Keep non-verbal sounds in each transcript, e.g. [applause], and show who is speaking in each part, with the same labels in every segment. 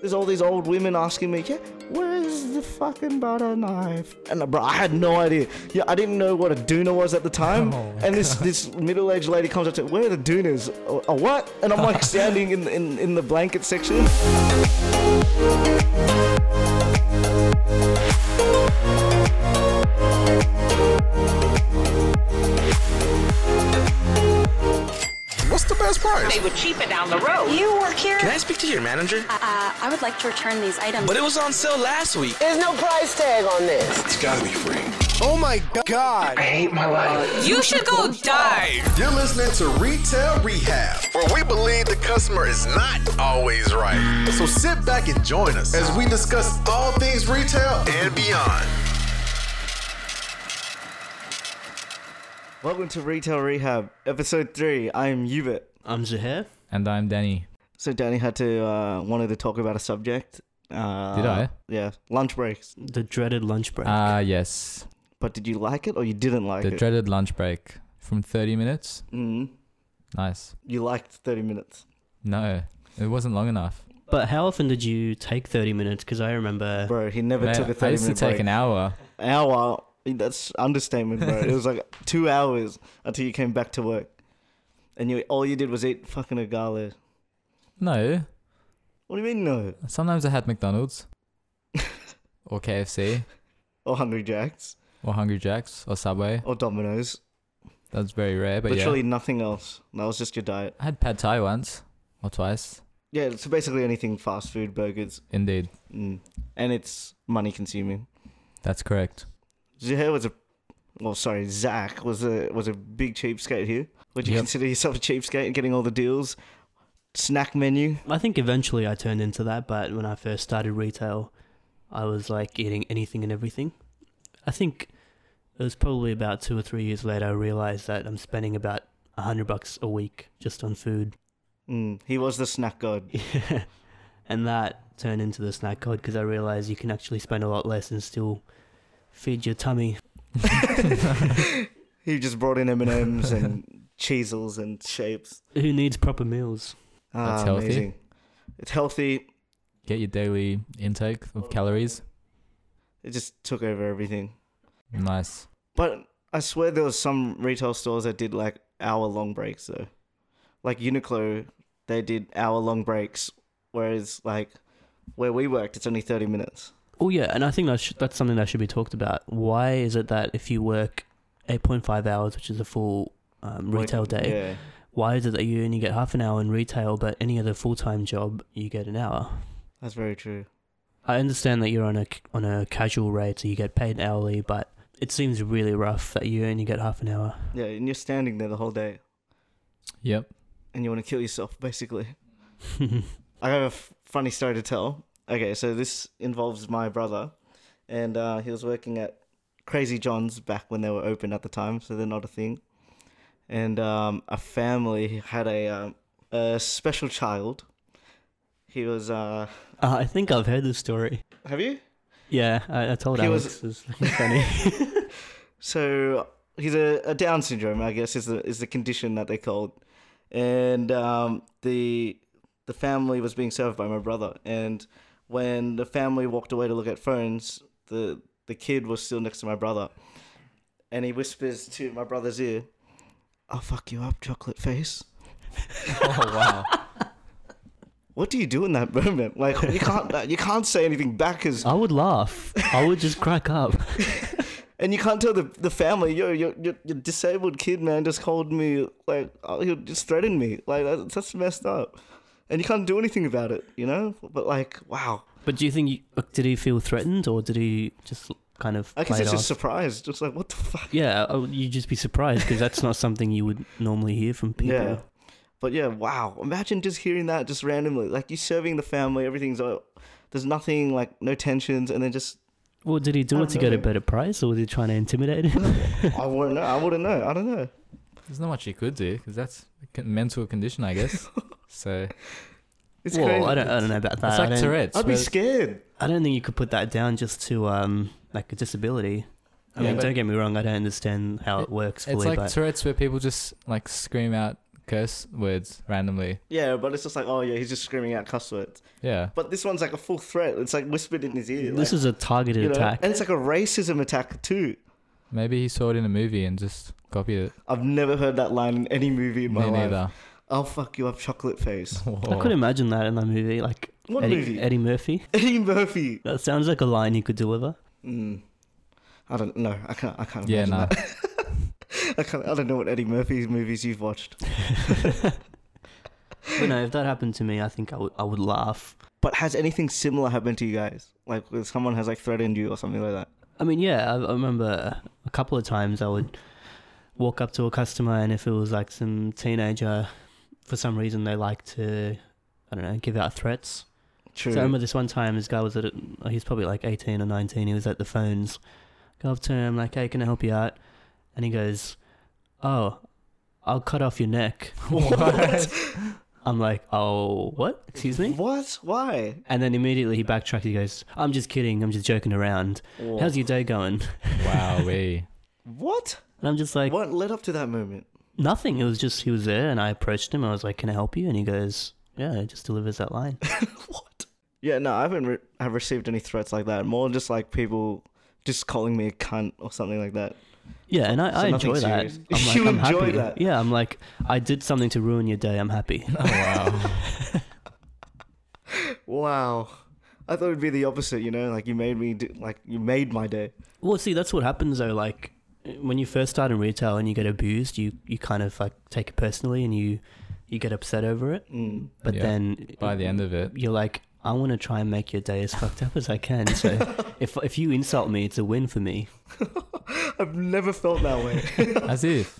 Speaker 1: There's all these old women asking me, yeah, where is the fucking butter knife? And uh, bro, I had no idea. Yeah, I didn't know what a doona was at the time.
Speaker 2: Oh my
Speaker 1: and this this middle aged lady comes up to, where are the doonas? A- A what? And I'm
Speaker 2: [laughs]
Speaker 1: like standing in, in in the blanket section.
Speaker 3: What's the best price?
Speaker 4: They were cheaper down the road.
Speaker 5: You work here?
Speaker 6: Can I speak to your manager?
Speaker 5: Uh, I would like to return these items.
Speaker 6: But it was on sale last week.
Speaker 7: There's no price tag on this.
Speaker 3: It's gotta be free.
Speaker 8: Oh my god.
Speaker 9: You should go die.
Speaker 3: You're listening to Retail Rehab, where we believe the customer is not always right. So sit back and join us as we discuss all things retail and beyond.
Speaker 1: Welcome to Retail Rehab, episode three. I am Hubert.
Speaker 10: Um,
Speaker 6: I'm Zahev.
Speaker 2: And I'm Danny.
Speaker 1: So Danny had to uh, wanted to talk about a subject. Uh,
Speaker 2: Did I?
Speaker 1: Yeah, lunch breaks.
Speaker 6: The dreaded lunch break.
Speaker 2: Ah, yes.
Speaker 1: But did you like it or you didn't like
Speaker 2: The
Speaker 1: it?
Speaker 2: dreaded lunch break from 30 minutes.
Speaker 1: mm,
Speaker 2: Nice.
Speaker 1: you liked thirty minutes.
Speaker 2: No, it wasn't long enough.
Speaker 10: But how often did you take 30 minutes? Because I remember.
Speaker 1: Bro, he never
Speaker 2: Man,
Speaker 1: took a
Speaker 2: I
Speaker 1: thirty
Speaker 2: used to
Speaker 1: minute
Speaker 2: take
Speaker 1: break.
Speaker 2: an hour.
Speaker 1: hour. That's understatement, bro. it was
Speaker 2: [laughs]
Speaker 1: like two hours until you came back to work, and you all you did was eat fucking a gala.
Speaker 2: No,
Speaker 1: What do you mean no?
Speaker 2: sometimes I
Speaker 1: [laughs]
Speaker 2: had McDonald's or KFC
Speaker 1: Or Hungry Jacks
Speaker 2: or Hungry Jack's or Subway.
Speaker 1: or Domino's?
Speaker 2: That's very rare, but
Speaker 1: Literally
Speaker 2: yeah.
Speaker 1: nothing else. That was just your diet.
Speaker 2: I had pad thai once or twice.
Speaker 1: Yeah, so basically anything fast food, burgers,
Speaker 2: Indeed,
Speaker 1: mm. and it's money consuming. [laughs]
Speaker 2: that's correct.
Speaker 1: Zahair was a, well, sorry, Zach was a was a big cheapskate here. Would you
Speaker 2: Yep.
Speaker 1: consider yourself a cheapskate and getting all the deals? Snack menu.
Speaker 10: I think eventually I turned into that, but when I first started retail, I was like eating anything and everything. I think it was probably about two or three years later I realized that I'm spending about 100 bucks a week just on food. [laughs]
Speaker 1: Mm, he was the snack god.
Speaker 10: and that turned into the snack code because I realized you can actually spend a lot less and still feed your tummy.
Speaker 1: He just brought in M and M's and cheesels and shapes.
Speaker 10: Who needs proper meals?
Speaker 1: Ah,
Speaker 2: That's healthy.
Speaker 1: Amazing. It's healthy.
Speaker 2: Get your daily intake of calories.
Speaker 1: It just took over everything.
Speaker 2: Nice.
Speaker 1: But I swear there was some retail stores that did like hour long breaks though. Like Uniqlo, they did hour long breaks, whereas like where we worked, it's only thirty minutes.
Speaker 10: Oh yeah, and I think that sh- that's something that should be talked about. Why is it that if you work eight point five hours, which is a full um, retail day,
Speaker 1: Yeah.
Speaker 10: why is it that you only get half an hour in retail, but any other full time job you get an hour?
Speaker 1: That's very true.
Speaker 10: I understand that you're on a c- on a casual rate, so you get paid hourly, but it seems really rough that you only get half an hour.
Speaker 1: Yeah, and you're standing there the whole day
Speaker 2: Yep.
Speaker 1: and you want to kill yourself, basically. I have a f- funny story to tell. Okay, so this involves my brother, and uh, he was working at Crazy John's back when they were open at the time, so they're not a thing. And um, a family had a, um, a special child. He was. Uh,
Speaker 10: uh, I think I've heard this story.
Speaker 1: have you?
Speaker 10: Yeah, I, I told
Speaker 1: He
Speaker 10: Alex
Speaker 1: was-
Speaker 10: it was funny.
Speaker 1: So he's a, a Down syndrome, I guess, is the is the condition that they called, and um, the the family was being served by my brother, and when the family walked away to look at phones, the the kid was still next to my brother, and he whispers to my brother's ear, "I'll fuck you up, chocolate face."
Speaker 2: [laughs] Oh wow.
Speaker 1: What do you do in that moment? Like you can't you can't say anything back, cause,
Speaker 10: I would laugh. I would just crack [laughs] up.
Speaker 1: and you can't tell the, the family, yo, your your your disabled kid man just called me like oh, he just threatened me, like that's, that's messed up, and you can't do anything about it, you know. But like, wow,
Speaker 10: But do you think you, uh, did he feel threatened or did he just kind of?
Speaker 1: I guess
Speaker 10: play it
Speaker 1: it's just
Speaker 10: off?
Speaker 1: surprise, just like what the fuck.
Speaker 10: yeah, I would- you'd just be surprised because that's not something you would normally hear from people.
Speaker 1: Yeah. But yeah, wow. Imagine just hearing that just randomly. Like you're serving the family, everything's all, there's nothing like no tensions and then
Speaker 10: [laughs]
Speaker 1: just
Speaker 10: Well, did he do
Speaker 1: I
Speaker 10: it to
Speaker 1: don't
Speaker 10: get a
Speaker 1: know.
Speaker 10: better price, or was he trying to intimidate him?
Speaker 1: [laughs] I wouldn't know. I wouldn't know. I don't know.
Speaker 2: There's not much you could do because that's a con- mental condition,
Speaker 1: [laughs]
Speaker 2: I guess. so
Speaker 1: It's crazy.
Speaker 10: well, I don't, I don't know about that.
Speaker 2: it's
Speaker 10: I,
Speaker 2: like
Speaker 10: don't,
Speaker 2: Tourette's.
Speaker 1: I'd be
Speaker 2: where-
Speaker 1: scared.
Speaker 10: I don't think you could put that down just to um like a disability. I
Speaker 1: Yeah,
Speaker 10: mean,
Speaker 1: but-
Speaker 10: don't get me wrong. I don't understand how it, works fully,
Speaker 2: it's like
Speaker 10: but
Speaker 2: Tourette's where people just like scream out curse words randomly.
Speaker 1: Yeah, but it's just like, oh yeah, he's just screaming out cuss words.
Speaker 2: Yeah.
Speaker 1: But this one's like a full threat. It's like whispered in his ear.
Speaker 10: This
Speaker 1: like,
Speaker 10: is a targeted
Speaker 1: you know,
Speaker 10: attack.
Speaker 1: and it's like a racism attack too.
Speaker 2: Maybe he saw it in a movie and just copied it.
Speaker 1: I've never heard that line in any movie in my
Speaker 2: Me
Speaker 1: life.
Speaker 2: neither.
Speaker 1: I'll fuck you up, chocolate face. [laughs]
Speaker 10: I could imagine that in a movie, like
Speaker 1: Oh. What
Speaker 10: Eddie,
Speaker 1: movie?
Speaker 10: Eddie Murphy.
Speaker 1: Eddie Murphy.
Speaker 10: That sounds like a line he could
Speaker 1: [laughs]
Speaker 10: deliver. [laughs]
Speaker 1: Mm. I don't know. I can't. I can't.
Speaker 2: Yeah,
Speaker 1: imagine
Speaker 2: no.
Speaker 1: that. [laughs] I can't. I don't know what Eddie Murphy's movies you've watched.
Speaker 10: But no, if that happened to me, I think I would I would laugh.
Speaker 1: But has anything similar happened to you guys? Like, if someone has like threatened you or something like that?
Speaker 10: I mean, yeah, I, I remember a couple of times I would walk up to a customer, and if it was like some teenager, for some reason they like to, I don't know, give out threats.
Speaker 1: True.
Speaker 10: So I remember this one time, this guy was at, a- he's probably like 18 or 19, he was at the phones. Go up to him, like, hey, can I help you out? And he goes, oh, I'll cut off your neck. [laughs]
Speaker 2: What?
Speaker 10: I'm like, oh, what? Excuse me?
Speaker 1: what? Why?
Speaker 10: And then immediately he backtracked. He goes, I'm just kidding. I'm just joking around. How's your day going?
Speaker 2: wow, we.
Speaker 1: What?
Speaker 10: And I'm just like,
Speaker 1: What led up to that moment?
Speaker 10: nothing. It was just, he was there and I approached him. I was like, can I help you? And he goes, yeah, it just delivers
Speaker 1: [laughs]
Speaker 10: that line.
Speaker 1: What? Yeah, no, I haven't re- have received any threats like that. More just like people just calling me a cunt or something like that.
Speaker 10: Yeah, and I, I
Speaker 1: nothing
Speaker 10: enjoy that.
Speaker 1: serious. [laughs]
Speaker 10: I'm like,
Speaker 1: You
Speaker 10: I'm
Speaker 1: enjoy
Speaker 10: happy.
Speaker 1: that?
Speaker 10: Yeah, I'm like, I did something to ruin your day.
Speaker 1: [laughs]
Speaker 10: I'm happy. [laughs]
Speaker 2: Oh, wow.
Speaker 1: Wow. I thought it'd be the opposite, you know, like you made me do, like you made my day.
Speaker 10: well, see, that's what happens though. Like, when you first start in retail and you get abused, you, you kind of like take it personally and you, you get upset over it.
Speaker 1: Mm.
Speaker 10: But
Speaker 2: Yeah.
Speaker 10: then
Speaker 2: By the end of it,
Speaker 10: you're like, I want to try and make your day as fucked up as I can.
Speaker 1: [laughs]
Speaker 10: So if if you insult me, it's a win for me.
Speaker 1: I've never felt that way.
Speaker 2: as if.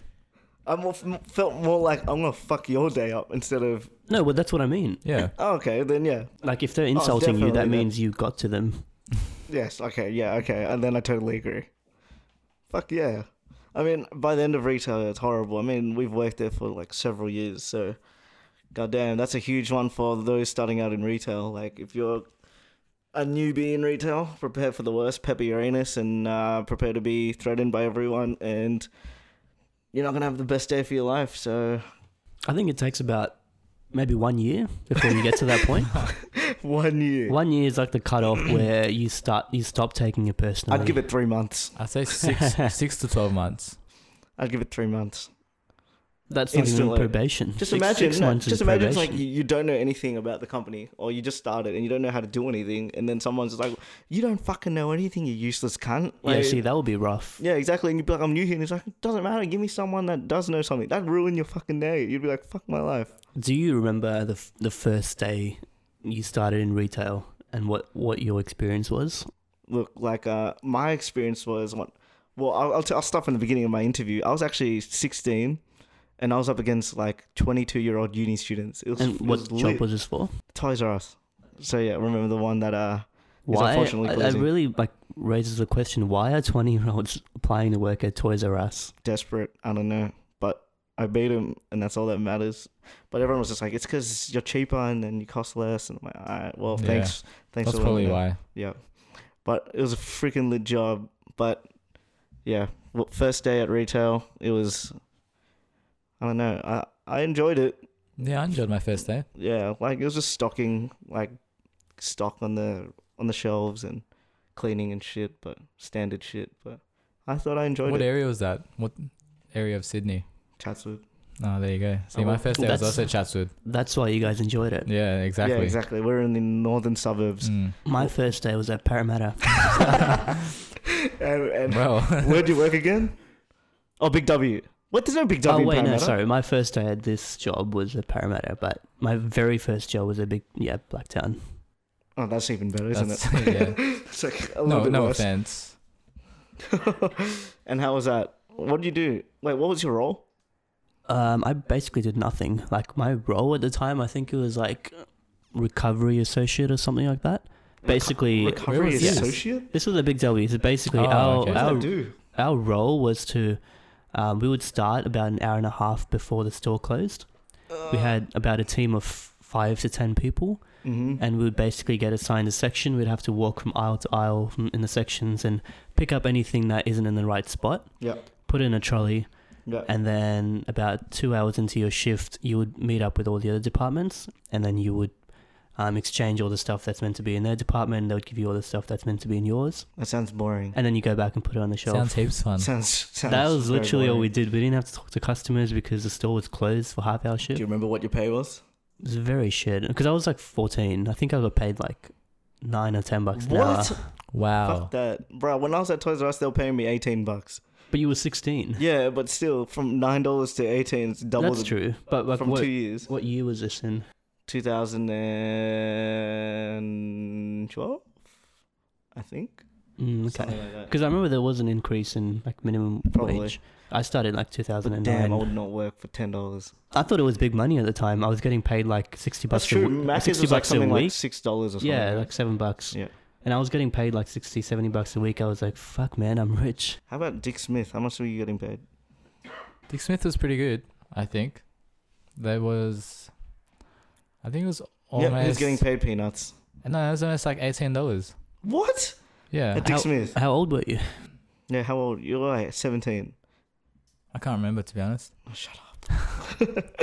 Speaker 1: I more, felt more like I'm gonna fuck your day up instead of
Speaker 10: No, well, that's what I mean.
Speaker 2: Yeah.
Speaker 1: oh, okay, then yeah,
Speaker 10: Like if they're insulting you, that
Speaker 1: Oh, definitely,
Speaker 10: means you got to them.
Speaker 1: yes, okay, yeah, okay, and then I totally agree. Fuck yeah. I mean, by the end of retail, it's horrible. I mean, we've worked there for like several years, so goddamn, that's a huge one for those starting out in retail. Like, if you're a newbie in retail, prepare for the worst, pepper your anus, and uh, prepare to be threatened by everyone, and you're not gonna have the best day for your life. So,
Speaker 10: I think it takes about maybe one year before you get to that
Speaker 1: [laughs]
Speaker 10: point.
Speaker 1: one year.
Speaker 10: one year is like the cutoff where you start you stop taking it personally.
Speaker 1: I'd give it three months.
Speaker 2: I'd say six,
Speaker 1: [laughs]
Speaker 2: six to 12 months.
Speaker 1: I'd give it three months.
Speaker 10: that's not even
Speaker 1: instantly.
Speaker 10: probation.
Speaker 1: Just
Speaker 10: Six-
Speaker 1: imagine,
Speaker 10: six
Speaker 1: no,
Speaker 10: months is
Speaker 1: just imagine, it's like
Speaker 10: probation.
Speaker 1: you, you don't know anything about the company, or you just started and you don't know how to do anything, and then someone's just like, "You don't fucking know anything, you useless cunt."
Speaker 10: yeah,
Speaker 1: Like,
Speaker 10: see, that would be rough.
Speaker 1: yeah, exactly. And you'd be like, "I'm new here," and it's like, "It "Doesn't matter. Give me someone that does know something." That'd ruin your fucking day. You'd be like, "Fuck my life."
Speaker 10: Do you remember the f- the first day you started in retail and what what your experience was?
Speaker 1: Look, like, uh, my experience was what. Well, I'll I'll, t- I'll start from the beginning of my interview. I was actually 16, and I was up against like 22 year old uni students. It was,
Speaker 10: And
Speaker 1: it
Speaker 10: what
Speaker 1: was
Speaker 10: job
Speaker 1: lit.
Speaker 10: was this for?
Speaker 1: Toys R Us. So yeah, remember the one that uh. is
Speaker 10: Why?
Speaker 1: unfortunately
Speaker 10: I, I
Speaker 1: closing.
Speaker 10: really like raises the question: Why are twenty-year-olds [laughs] applying to work at Toys R Us?
Speaker 1: desperate. I don't know, but I beat him, and that's all that matters. But everyone was just like, "It's because you're cheaper and then you cost less." And I'm like, "All right, well,
Speaker 2: Yeah.
Speaker 1: thanks, thanks."
Speaker 2: That's
Speaker 1: for
Speaker 2: probably
Speaker 1: letting me know."
Speaker 2: why.
Speaker 1: Yeah, but it was a freaking lit job. But yeah, well, first day at retail, it was. I don't know. I I enjoyed it.
Speaker 2: Yeah, I enjoyed my first day.
Speaker 1: Yeah, like it was just stocking, like stock on the on the shelves and cleaning and shit, but standard shit. But I thought I enjoyed
Speaker 2: What e-
Speaker 1: it.
Speaker 2: area was that? What area of Sydney?
Speaker 1: Chatswood.
Speaker 2: Oh, there you go. See,
Speaker 1: Oh,
Speaker 2: my
Speaker 1: well,
Speaker 2: first day was
Speaker 10: that's-
Speaker 2: also Chatswood.
Speaker 10: That's why you guys enjoyed it.
Speaker 2: Yeah, exactly.
Speaker 1: Yeah, exactly. We're in the northern suburbs.
Speaker 2: Mm.
Speaker 10: My first day was at Parramatta.
Speaker 1: And, and
Speaker 2: Well, [laughs]
Speaker 1: [laughs] where'd you work again? Oh, Big W. What? There's no Big
Speaker 10: oh
Speaker 1: W. in
Speaker 10: wait, no,
Speaker 1: Parramatta.
Speaker 10: sorry. My first day at this job was at Parramatta, but my very first job was a big yeah Blacktown.
Speaker 1: Oh, that's even better, isn't
Speaker 2: that's, [laughs]
Speaker 1: it? [laughs]
Speaker 2: yeah.
Speaker 1: It's like a little
Speaker 2: No,
Speaker 1: bit
Speaker 2: no
Speaker 1: worse.
Speaker 2: offense.
Speaker 1: and how was that? What did you do? Wait, what was your role?
Speaker 10: Um, I basically did nothing. Like my role at the time, I think it was like recovery associate or something like that. Basically,
Speaker 1: Recovery
Speaker 2: was this?
Speaker 1: associate.
Speaker 10: this was a big W. So basically,
Speaker 2: Oh,
Speaker 10: our
Speaker 2: okay. What does
Speaker 1: What
Speaker 10: our
Speaker 1: did I do?
Speaker 10: our role was to um, we would start about an hour and a half before the store closed we had about a team of five to ten people
Speaker 1: Mm-hmm.
Speaker 10: and we would basically get assigned a section we'd have to walk from aisle to aisle from, in the sections and pick up anything that isn't in the right spot
Speaker 1: Yeah.
Speaker 10: put it in a trolley
Speaker 1: Yeah.
Speaker 10: And then about two hours into your shift, you would meet up with all the other departments, and then you would um, exchange all the stuff that's meant to be in their department. And they would give you all the stuff that's meant to be in yours,
Speaker 1: That sounds boring.
Speaker 10: and then you go back and put it on the shelf.
Speaker 2: Sounds heaps fun.
Speaker 1: Sounds, [laughs] sounds
Speaker 10: that was
Speaker 1: very
Speaker 10: literally all we
Speaker 1: boring.
Speaker 10: did. We didn't have to talk to customers because the store was closed for half hour
Speaker 1: Do
Speaker 10: shift.
Speaker 1: you
Speaker 10: It
Speaker 1: remember what your pay was?
Speaker 10: was very shit. Because I was like 14. I think I got paid like nine or 10 bucks an hour.
Speaker 1: What?
Speaker 2: Wow.
Speaker 10: Oh.
Speaker 1: Fuck that, bro. When I was at Toys R Us, they were paying me eighteen bucks.
Speaker 10: But you were 16.
Speaker 1: Yeah, but still, from nine dollars to eighteen, it's double.
Speaker 10: That's
Speaker 1: the-
Speaker 10: true. But like,
Speaker 1: from
Speaker 10: what,
Speaker 1: two years,
Speaker 10: what year was this in?
Speaker 1: 2012, I think.
Speaker 10: Mm, okay.
Speaker 1: Something like that.
Speaker 10: Because I remember there was an increase in like minimum
Speaker 1: Probably.
Speaker 10: wage. I started like
Speaker 1: But damn, I
Speaker 10: 2009.
Speaker 1: would not work for ten dollars.
Speaker 10: I thought it was big money at the time. I was getting paid like 60
Speaker 1: That's
Speaker 10: bucks
Speaker 1: true.
Speaker 10: a w-
Speaker 1: Macca's
Speaker 10: 60
Speaker 1: was like
Speaker 10: bucks a
Speaker 1: something
Speaker 10: week.
Speaker 1: like six dollars or something.
Speaker 10: yeah, like 7 bucks.
Speaker 1: Yeah.
Speaker 10: And I was getting paid like 60, 70 bucks a week. I was like, fuck man, I'm rich.
Speaker 1: How about Dick Smith? How much were you getting paid?
Speaker 2: Dick Smith was pretty good, I think. There was, I think it was almost.
Speaker 1: Yeah, he was getting paid peanuts.
Speaker 2: No, it was almost like eighteen dollars.
Speaker 1: What?
Speaker 2: Yeah,
Speaker 1: At Dick
Speaker 10: How-
Speaker 1: Smith.
Speaker 10: How old were you?
Speaker 1: Yeah, how old? You're right, seventeen.
Speaker 2: I can't remember to be honest.
Speaker 1: Oh, shut up.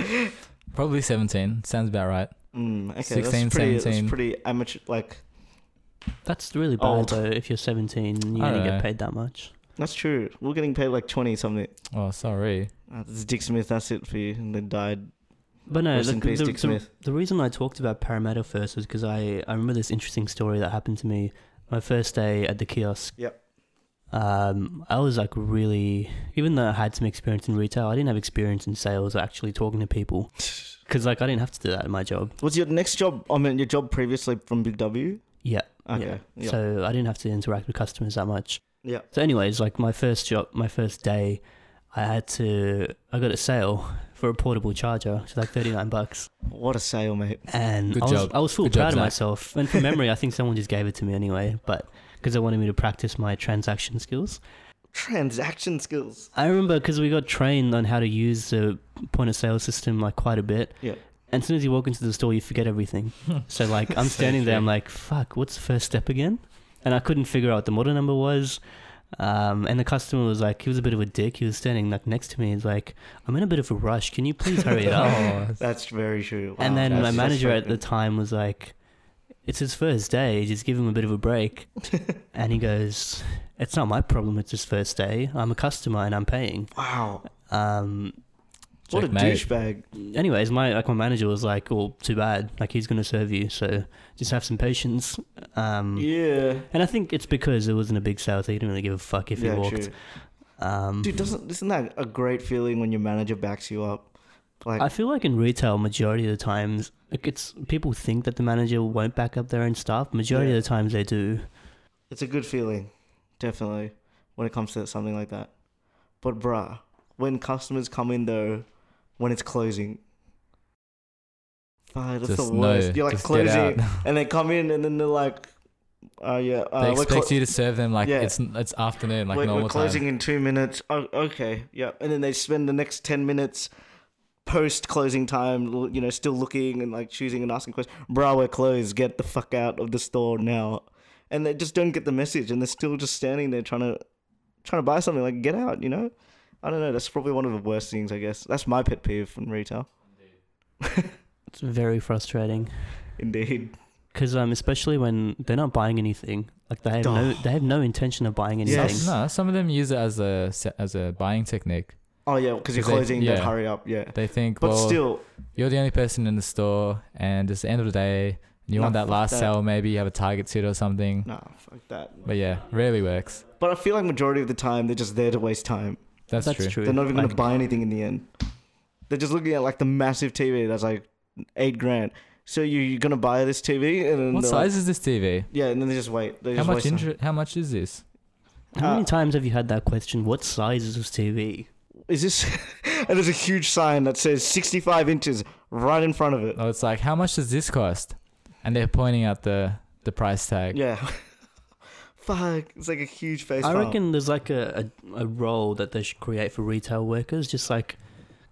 Speaker 2: [laughs] Probably seventeen. Sounds about right.
Speaker 1: Mm, okay,
Speaker 2: 16,
Speaker 1: that's pretty. That's
Speaker 2: 17.
Speaker 1: pretty amateur. Like
Speaker 10: That's really bad
Speaker 1: Old.
Speaker 10: though. If you're 17, you
Speaker 2: I
Speaker 10: don't
Speaker 2: dunno.
Speaker 10: get paid that much.
Speaker 1: that's true. We're getting paid like twenty something.
Speaker 2: Oh, sorry.
Speaker 1: Uh, it's Dick Smith. That's it for you. And then died.
Speaker 10: But no,
Speaker 1: Rest
Speaker 10: the,
Speaker 1: in peace,
Speaker 10: the-
Speaker 1: Dick
Speaker 10: the-
Speaker 1: Smith.
Speaker 10: the reason I talked about Parramatta first was because I, I remember this interesting story that happened to me my first day at the kiosk.
Speaker 1: Yep.
Speaker 10: Um, I was like really, even though I had some experience in retail, I didn't have experience in sales or actually talking
Speaker 1: [laughs]
Speaker 10: to people because like I didn't have to do that in my job.
Speaker 1: Was your next job? I mean, your job previously from Big W.
Speaker 10: Yeah.
Speaker 1: Okay.
Speaker 10: Yeah.
Speaker 1: Yeah.
Speaker 10: So I didn't have to interact with customers that much.
Speaker 1: Yeah.
Speaker 10: So, anyways, like my first job, my first day, I had to, I got a sale for a portable charger, which is like 39 bucks.
Speaker 1: What a sale, mate.
Speaker 10: And
Speaker 2: Good
Speaker 10: I was,
Speaker 2: job.
Speaker 10: I was full
Speaker 2: Good job,
Speaker 10: proud of
Speaker 2: Zach.
Speaker 10: myself. And from memory, I think someone just gave it to me anyway, but because they wanted me to practice my transaction skills.
Speaker 1: Transaction skills.
Speaker 10: I remember because we got trained on how to use the point of sale system like quite a bit.
Speaker 1: Yeah.
Speaker 10: And as soon as you walk into the store, you forget everything. so like, I'm standing there, I'm like, "Fuck, what's the first step again?" And I couldn't figure out what the model number was. Um, and the customer was like, he was a bit of a dick. He was standing like next to me. He's like, "I'm in a bit of a rush. Can you please hurry it up?"
Speaker 2: Oh,
Speaker 1: That's very true.
Speaker 10: and
Speaker 1: Wow,
Speaker 10: then
Speaker 1: that's-
Speaker 10: my
Speaker 1: that's
Speaker 10: manager at
Speaker 1: fucking-
Speaker 10: the time was like, "It's his first day. Just give him a bit of a break." and he goes, "It's not my problem. It's his first day. I'm a customer and I'm paying."
Speaker 1: Wow.
Speaker 10: Um,
Speaker 1: What a
Speaker 2: Checkmate.
Speaker 1: douchebag.
Speaker 10: Mm. anyways, my like my manager was like, "Well, too bad. Like he's gonna serve you, so just have some patience." Um,
Speaker 1: Yeah.
Speaker 10: And I think it's because it wasn't a big sale, so he didn't really give a fuck if
Speaker 1: yeah,
Speaker 10: he walked.
Speaker 1: true.
Speaker 10: Um,
Speaker 1: Dude, doesn't isn't that a great feeling when your manager backs you up? Like
Speaker 10: I feel like in retail, majority of the times, like it's people think that the manager won't back up their own staff. Majority
Speaker 1: Yeah.
Speaker 10: of the times, they do.
Speaker 1: it's a good feeling, definitely, when it comes to something like that. But bruh, when customers come in though, when it's closing. Fuck, that's
Speaker 2: Just
Speaker 1: the
Speaker 2: no,
Speaker 1: worst. You're like
Speaker 2: just get
Speaker 1: closing
Speaker 2: out.
Speaker 1: and they come in and then they're like uh yeah, uh,
Speaker 2: they
Speaker 1: we're
Speaker 2: expect
Speaker 1: clo-
Speaker 2: you to serve them like
Speaker 1: Yeah.
Speaker 2: it's it's afternoon, like
Speaker 1: we're,
Speaker 2: normal
Speaker 1: we're closing
Speaker 2: time.
Speaker 1: in two minutes. Oh, okay, yeah. And then they spend the next ten minutes post closing time, l- you know, still looking and like choosing and asking questions. Bro, we're closed. Get the fuck out of the store now. And they just don't get the message, and they're still just standing there trying to trying to buy something. Like get out, you know. I don't know. That's probably one of the worst things, I guess. That's my pet peeve from retail.
Speaker 10: It's very frustrating
Speaker 1: Indeed.
Speaker 10: because um, especially when they're not buying anything, like they have no they have no intention of buying anything.
Speaker 1: Yes.
Speaker 2: No, some of them use it as a se- as a buying technique.
Speaker 1: Oh yeah, because you're
Speaker 2: 'Cause they-
Speaker 1: closing. They,
Speaker 2: yeah.
Speaker 1: hurry up. Yeah.
Speaker 2: They think,
Speaker 1: But
Speaker 2: well,
Speaker 1: still,
Speaker 2: you're the only person in the store, and it's the end of the day. And you
Speaker 1: No,
Speaker 2: want that
Speaker 1: fuck
Speaker 2: last
Speaker 1: that.
Speaker 2: sale, maybe you have a target suit or something.
Speaker 1: nah, fuck that.
Speaker 2: But yeah, rarely works.
Speaker 1: But I feel like majority of the time they're just there to waste time.
Speaker 2: That's,
Speaker 10: That's
Speaker 2: true.
Speaker 10: true.
Speaker 1: They're not even going to
Speaker 10: Like-
Speaker 1: buy anything in the end. They're just looking at like the massive TV that's like eight grand. So you, you're going to buy this TV and then
Speaker 2: What
Speaker 1: they're
Speaker 2: size
Speaker 1: like-
Speaker 2: is this TV?
Speaker 1: yeah, and then they just wait. They
Speaker 2: How
Speaker 1: just
Speaker 2: much
Speaker 1: waste time.
Speaker 2: inter- How much is this?
Speaker 10: How many
Speaker 1: Uh,
Speaker 10: times have you had that question? What size is this TV?
Speaker 1: Is this? [laughs] and there's a huge sign that says 65 inches right in front of it.
Speaker 2: Oh, it's like how much does this cost? And they're pointing out the the price tag.
Speaker 1: Yeah. [laughs] Fuck! It's like a huge face.
Speaker 10: I
Speaker 1: palm.
Speaker 10: reckon there's like a, a, a role that they should create for retail workers, just like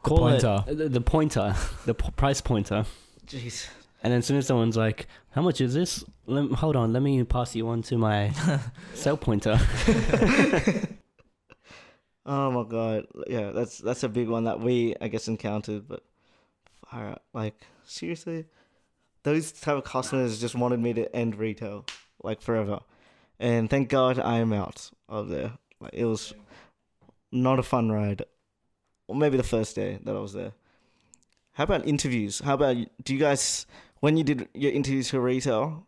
Speaker 10: call
Speaker 2: pointer.
Speaker 10: it the, the pointer, [laughs] the p- price pointer.
Speaker 1: Jeez.
Speaker 10: And then as soon as someone's like, "How much is this?" Lem- hold on, let
Speaker 2: [laughs]
Speaker 10: me pass you on to my sale pointer.
Speaker 1: Oh my god, yeah, that's that's a big one that we I guess encountered, but far out. like seriously, those type of customers just wanted me to end retail like forever, and thank God I am out of there. Like it was not a fun ride, or maybe the first day that I was there. How about interviews? How about do you guys when you did your interviews for retail?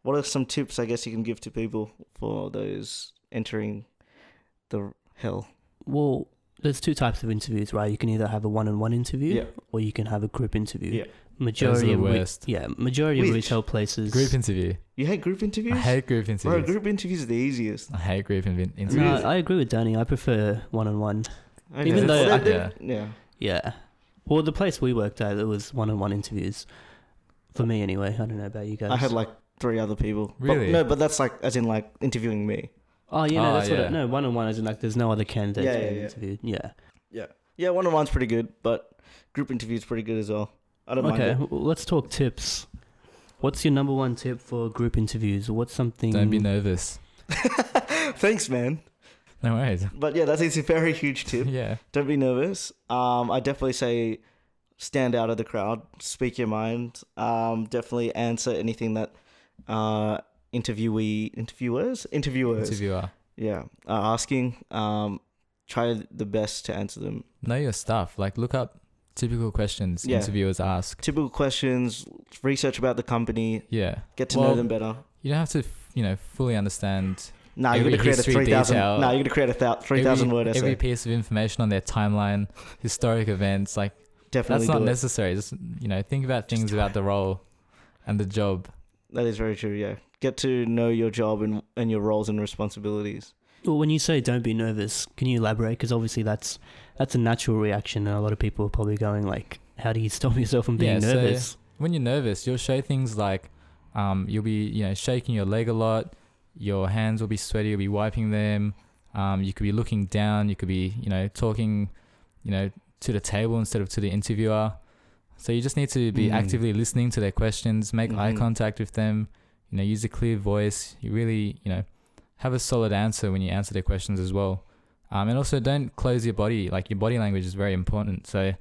Speaker 1: What are some tips I guess you can give to people for those entering the hell?
Speaker 10: Well, there's two types of interviews, right? You can either have a one-on-one interview
Speaker 1: Yeah.
Speaker 10: or you can have a group interview.
Speaker 1: Yeah.
Speaker 10: Majority
Speaker 2: the
Speaker 10: of re-
Speaker 2: worst.
Speaker 10: yeah, majority
Speaker 1: Which?
Speaker 10: of retail places.
Speaker 2: Group interview.
Speaker 1: You hate group interviews?
Speaker 2: I hate group
Speaker 1: Bro,
Speaker 2: interviews.
Speaker 1: group interviews are the easiest.
Speaker 2: I hate group in- interviews.
Speaker 10: no, I agree with Danny. I prefer one-on-one.
Speaker 1: I
Speaker 10: Even
Speaker 1: know.
Speaker 10: though-
Speaker 1: Well, they-
Speaker 2: yeah.
Speaker 1: they- yeah.
Speaker 10: Yeah. Well, the place we worked at, it was one-on-one interviews. For me, anyway. I don't know about you guys.
Speaker 1: I had like three other people. But-
Speaker 2: Really?
Speaker 1: no, but that's like as in like interviewing me.
Speaker 10: Oh yeah, no,
Speaker 2: Ah,
Speaker 10: that's what.
Speaker 2: yeah.
Speaker 10: I, no, one on one is like there's no other candidate
Speaker 1: Yeah,
Speaker 10: being
Speaker 1: yeah, yeah.
Speaker 10: interviewed. Yeah.
Speaker 1: Yeah, yeah. One on one's pretty good, but group interviews pretty good as well. I don't
Speaker 10: Okay,
Speaker 1: mind. it.
Speaker 10: well, let's talk tips. What's your number one tip for group interviews? What's something?
Speaker 2: Don't be nervous.
Speaker 1: Thanks, man.
Speaker 2: No worries.
Speaker 1: But yeah, that is a very huge tip.
Speaker 2: [laughs] yeah.
Speaker 1: Don't be nervous. Um, I definitely say stand out of the crowd, speak your mind. Um, definitely answer anything that uh interviewee interviewers interviewers
Speaker 2: Interviewer.
Speaker 1: yeah are asking. Um, try the best to answer them.
Speaker 2: Know your stuff. Like look up typical questions
Speaker 1: Yeah.
Speaker 2: interviewers ask.
Speaker 1: typical questions, research about the company,
Speaker 2: Yeah.
Speaker 1: get to know
Speaker 2: Well,
Speaker 1: them better.
Speaker 2: You don't have to, f- you know, fully understand
Speaker 1: Nah, you're
Speaker 2: every
Speaker 1: gonna create a
Speaker 2: history
Speaker 1: three thousand.
Speaker 2: detail.
Speaker 1: Nah, you're gonna create a thou- three
Speaker 2: every-
Speaker 1: thousand word essay.
Speaker 2: every piece of information on their timeline, historic events. Like
Speaker 1: Definitely
Speaker 2: that's not
Speaker 1: do it.
Speaker 2: necessary. Just you know, think about things about the role and the job.
Speaker 1: That is very true. Yeah, get to know your job and and your roles and responsibilities.
Speaker 10: Well, when you say don't be nervous, can you elaborate? Because obviously that's that's a natural reaction, and a lot of people are probably going like, "How do you stop [laughs] yourself from being
Speaker 2: Yeah, so-
Speaker 10: nervous?"
Speaker 2: When you're nervous, you'll show things like um, you'll be you know shaking your leg a lot. Your hands will be sweaty. You'll be wiping them. Um, you could be looking down. You could be you know talking, you know, to the table instead of to the interviewer. So you just need to be
Speaker 1: Mm.
Speaker 2: actively listening to their questions, make eye
Speaker 1: Mhm.
Speaker 2: contact with them. You know, use a clear voice. You really you know have a solid answer when you answer their questions as well. Um, and also don't close your body. Like your body language is very important. So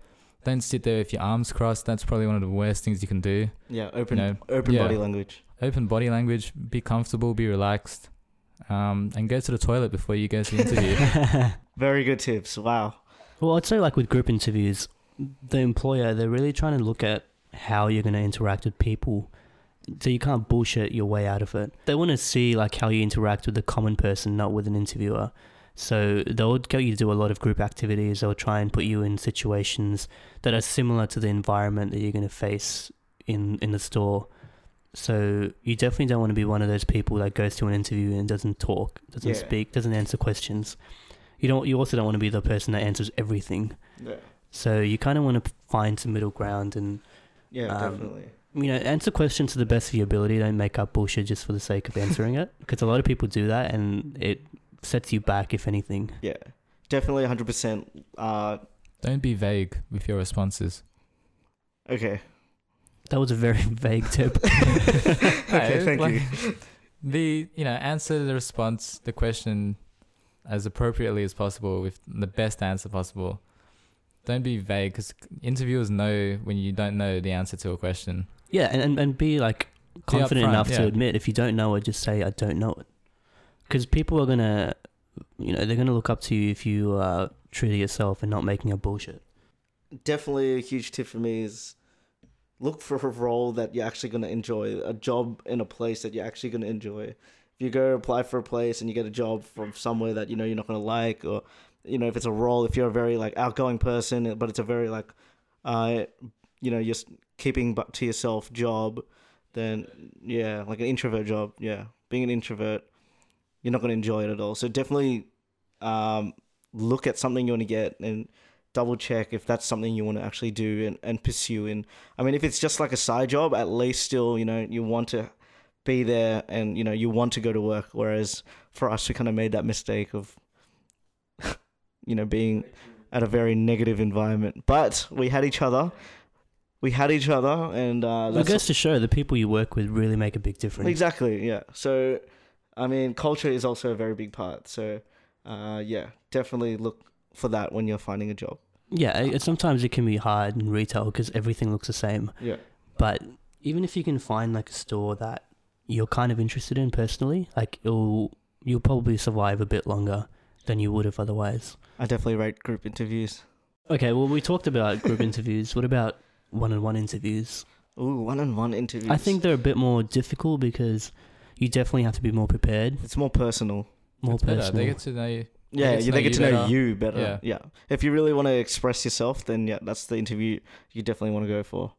Speaker 2: don't sit there with your arms crossed. That's probably one of the worst things you can do.
Speaker 1: Yeah, open
Speaker 2: You know,
Speaker 1: open
Speaker 2: yeah.
Speaker 1: body language.
Speaker 2: Open body language. Be comfortable. Be relaxed. Um, and go to the toilet before you go to the interview.
Speaker 1: Very good tips. Wow.
Speaker 10: Well, I'd say like with group interviews, the employer they're really trying to look at how you're going to interact with people. So you can't bullshit your way out of it. They want to see like how you interact with the common person, not with an interviewer. So they'll get you to do a lot of group activities. They'll try and put you in situations that are similar to the environment that you're going to face in in the store. So you definitely don't want to be one of those people that goes to an interview and doesn't talk, doesn't
Speaker 1: Yeah.
Speaker 10: speak, doesn't answer questions. You don't. You also don't want to be the person that answers everything.
Speaker 1: Yeah,
Speaker 10: So you kind of want to find some middle ground and,
Speaker 1: yeah,
Speaker 10: Um,
Speaker 1: definitely.
Speaker 10: you know, answer questions to the best of your ability. Don't make up bullshit just for the sake of answering it. Because a lot of people do that and it sets you back, if anything.
Speaker 1: Yeah, definitely, hundred percent. Uh,
Speaker 2: don't be vague with your responses. [laughs]
Speaker 1: okay.
Speaker 10: That was a very [laughs] vague tip.
Speaker 1: Okay, thank you.
Speaker 2: The you know answer the response the question as appropriately as possible with the best answer possible. Don't be vague because interviewers know when you don't know the answer to a question.
Speaker 10: yeah, and, and, and be like confident
Speaker 2: upfront,
Speaker 10: enough to
Speaker 2: yeah.
Speaker 10: admit if you don't know it, just say, I don't know it. Because people are going to, you know, they're going to look up to you if you are true to yourself and not making up bullshit.
Speaker 1: definitely a huge tip for me is look for a role that you're actually going to enjoy, a job in a place that you're actually going to enjoy. If you go apply for a place and you get a job from somewhere that you know you're not going to like, or you know if it's a role, if you're a very like outgoing person, but it's a very like, uh, you know, just keeping but to yourself job, then yeah, like an introvert job, yeah, being an introvert, you're not going to enjoy it at all. So definitely, um, look at something you want to get and double check if that's something you want to actually do and, and pursue and i mean if it's just like a side job at least still you know you want to be there and you know you want to go to work whereas for us we kind of made that mistake of [laughs] you know being at a very negative environment but we had each other we had each other and uh
Speaker 10: It
Speaker 1: that's
Speaker 10: goes to show the people you work with really make a big difference.
Speaker 1: Exactly. Yeah. So, I mean, culture is also a very big part. So, uh, yeah, definitely look for that when you're finding a job.
Speaker 10: Yeah, it, sometimes it can be hard in retail because everything looks the same.
Speaker 1: Yeah.
Speaker 10: But even if you can find like a store that you're kind of interested in personally, like you'll you'll probably survive a bit longer than you would have otherwise.
Speaker 1: I definitely rate group interviews.
Speaker 10: Okay, well we talked about group [laughs] interviews. What about one-on-one interviews?
Speaker 1: Ooh, one-on-one interviews.
Speaker 10: I think they're a bit more difficult because you definitely have to be more prepared,
Speaker 1: it's more personal.
Speaker 10: more
Speaker 2: It's better.
Speaker 10: personal.
Speaker 2: They get to know you.
Speaker 1: Yeah,
Speaker 2: get to
Speaker 1: you- they
Speaker 2: know
Speaker 1: get to
Speaker 2: you
Speaker 1: know
Speaker 2: better.
Speaker 1: you better.
Speaker 2: Yeah.
Speaker 1: Yeah. If you really want to express yourself, then yeah, that's the interview you definitely want to go for.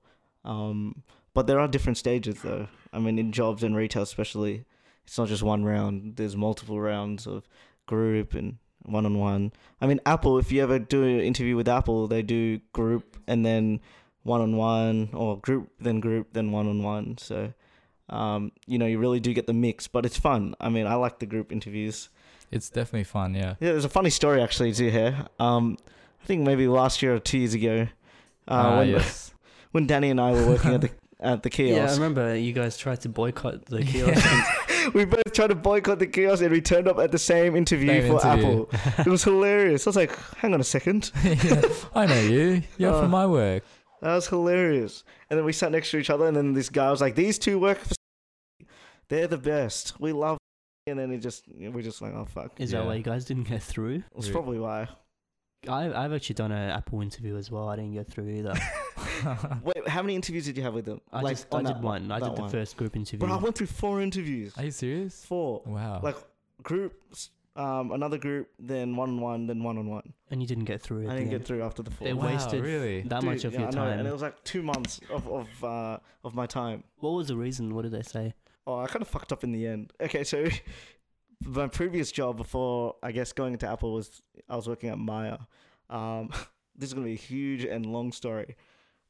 Speaker 1: Um, but there are different stages, though. I mean, in jobs and retail, especially, it's not just one round. There's multiple rounds of group and one on one. I mean, Apple. If you ever do an interview with Apple, they do group and then one on one, or group then group then one on one. So. Um, you know, you really do get the mix, but it's fun. I mean, I like the group interviews.
Speaker 2: It's definitely fun. Yeah. [laughs]
Speaker 1: Yeah, there's a funny story actually to hear. Um, I think maybe last year or two years ago, uh,
Speaker 2: Ah,
Speaker 1: when,
Speaker 2: yes.
Speaker 1: [laughs] when Danny and I were working at
Speaker 10: [laughs]
Speaker 1: the at the
Speaker 10: yeah, I
Speaker 1: kiosk,
Speaker 10: remember you guys tried to boycott [laughs] the kiosk.
Speaker 1: we both tried to boycott the kiosk, and we turned up at the same interview
Speaker 2: Same
Speaker 1: for
Speaker 2: interview.
Speaker 1: Apple. it was
Speaker 10: [laughs]
Speaker 1: hilarious. I was like, "Hang on a second, [laughs]
Speaker 2: Yeah. I know you. You're
Speaker 1: Uh,
Speaker 2: from my work.
Speaker 1: [laughs] that was hilarious." And then we sat next to each other, and then this guy was like, "These two work for, [laughs] they're the best. We love." [laughs] And then it just we're just like, "Oh fuck."
Speaker 10: Is
Speaker 2: Yeah.
Speaker 10: that why you guys didn't get through?
Speaker 1: That's probably why.
Speaker 10: I've, I've actually done an Apple interview as well. I didn't get through either.
Speaker 1: Wait, how many interviews did you have with them?
Speaker 10: I
Speaker 1: Like,
Speaker 10: just I
Speaker 1: on
Speaker 10: did
Speaker 1: that-
Speaker 10: one. I
Speaker 1: that
Speaker 10: did the
Speaker 1: one.
Speaker 10: first group interview.
Speaker 1: Bro, I went through four interviews.
Speaker 2: Are you serious?
Speaker 1: Four.
Speaker 2: Wow.
Speaker 1: Like groups, um, another group, then one on one, then one on one.
Speaker 10: and you didn't get through.
Speaker 1: I
Speaker 10: At
Speaker 1: didn't
Speaker 10: the
Speaker 1: get
Speaker 10: end.
Speaker 1: through after the four.
Speaker 10: They
Speaker 2: Wow,
Speaker 10: wasted
Speaker 2: really?
Speaker 10: that
Speaker 1: Dude,
Speaker 10: much of
Speaker 1: yeah,
Speaker 10: your
Speaker 1: I know,
Speaker 10: time.
Speaker 1: and it was like two months of of uh, of my time.
Speaker 10: what was the reason? What did they say?
Speaker 1: Oh, I kind of fucked up in the end. Okay, so [laughs] my previous job before I guess going into Apple was I was working at Maya. Um, [laughs] this is gonna be a huge and long story.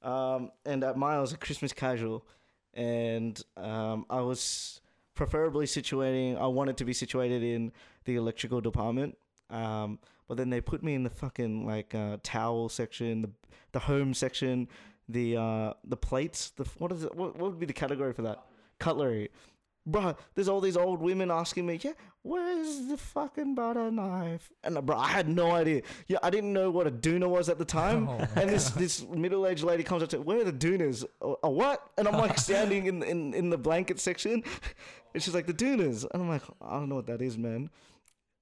Speaker 1: Um, and at Maya I was a Christmas casual, and um, I was preferably situating. I wanted to be situated in the electrical department. Um, but then they put me in the fucking like uh, towel section, the the home section, the uh, the plates. The what is it? What, what would be the category for that? Cutlery. Bruh, there's all these old women asking me, yeah, where's the fucking butter knife? And uh, bruh, I had no idea. Yeah, I didn't know what a doona was at the time.
Speaker 2: [laughs] Oh my
Speaker 1: and this this middle aged lady comes up to, where are the doonas? A, a what? And I'm
Speaker 2: [laughs]
Speaker 1: like standing in, in in the blanket section, [laughs] and she's like, the doonas. And I'm like, I don't know what that is, man.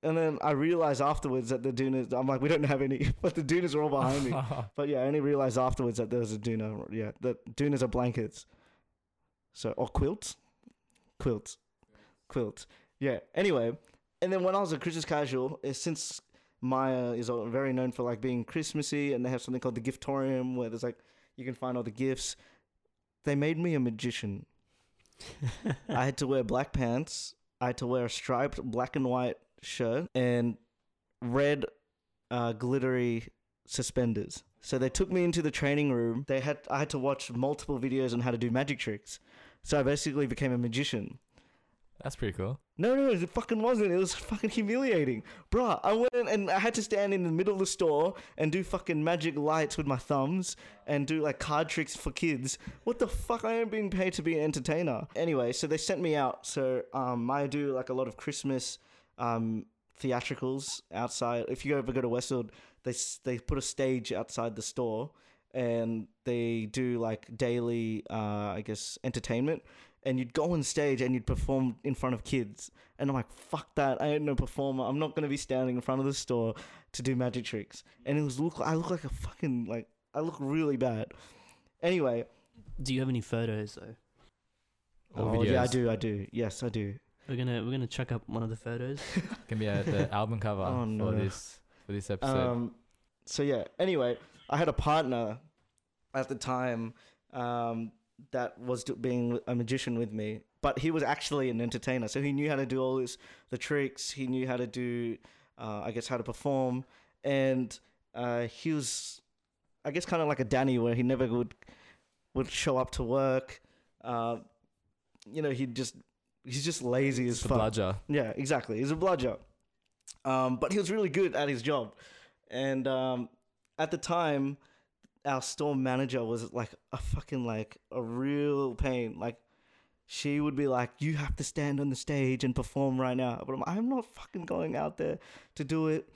Speaker 1: And then I realized afterwards that the dunas. I'm like, we don't have any, [laughs] but the dunas are all behind me. But yeah, I only realized afterwards that there was a duna. Yeah, that dunas are blankets. So or quilts, quilts, quilts. Yeah. Anyway, and then when I was a Christmas casual, eh, since Maya is all- very known for like being Christmassy, and they have something called the Giftorium where there's like you can find all the gifts. They made me a magician. [laughs] I had to wear black pants. I had to wear a striped black and white shirt and red uh, glittery suspenders. So they took me into the training room. They had I had to watch multiple videos on how to do magic tricks. So I basically became a magician.
Speaker 2: That's pretty cool.
Speaker 1: No, no, it fucking wasn't. It was fucking humiliating. Bruh, I went and I had to stand in the middle of the store and do fucking magic lights with my thumbs and do like card tricks for kids. What the fuck? I am being paid to be an entertainer. Anyway, so they sent me out. So um, I do like a lot of Christmas um, theatricals outside. If you ever go to Westfield, they, s- they put a stage outside the store and they do like daily, uh, I guess, entertainment and you'd go on stage and you'd perform in front of kids. And I'm like, fuck that. I ain't no performer. I'm not gonna be standing in front of the store to do magic tricks. And it was look I look like a fucking like I look really bad. Anyway,
Speaker 10: Do you have any photos though?
Speaker 2: Or
Speaker 1: oh, yeah, I
Speaker 2: videos.
Speaker 1: do, I do. Yes, I do.
Speaker 10: We're gonna we're gonna chuck up one of
Speaker 2: [laughs]
Speaker 10: the photos.
Speaker 2: Can be uh,
Speaker 1: [laughs]
Speaker 2: the album cover
Speaker 1: Oh, no.
Speaker 2: for this for this episode.
Speaker 1: Um, so yeah. Anyway, I had a partner at the time um, that was do- being a magician with me, but he was actually an entertainer, so he knew how to do all this the tricks. He knew how to do, uh, I guess, how to perform, and uh, he was, I guess, kind of like a Danny, where he never would would show up to work. Uh, you know, he just he's just lazy as
Speaker 2: the
Speaker 1: fuck.
Speaker 2: bludger.
Speaker 1: Yeah, exactly. He's a bludger. Um, but he was really good at his job. And um, at the time, our store manager was like a fucking like a real pain. Like she would be like, "You have to stand on the stage and perform right now." But I'm, I'm not fucking going out there to do it.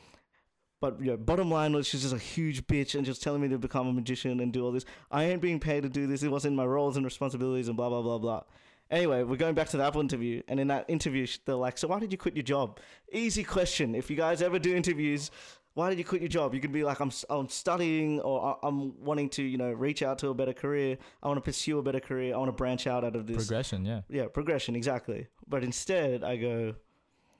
Speaker 1: But you know, bottom line was she's just a huge bitch and just telling me to become a magician and do all this. I ain't being paid to do this. It wasn't my roles and responsibilities and blah blah blah blah. Anyway, we're going back to the Apple interview, and in that interview, sh- they're like, "So why did you quit your job?" Easy question. If you guys ever do interviews, why did you quit your job? You could be like, "I'm s- I'm studying, or "I- I'm wanting to, you know, reach out to a better career. I want to pursue a better career. I want to branch out out of this."
Speaker 2: Progression, yeah.
Speaker 1: yeah, progression exactly. But instead, I go,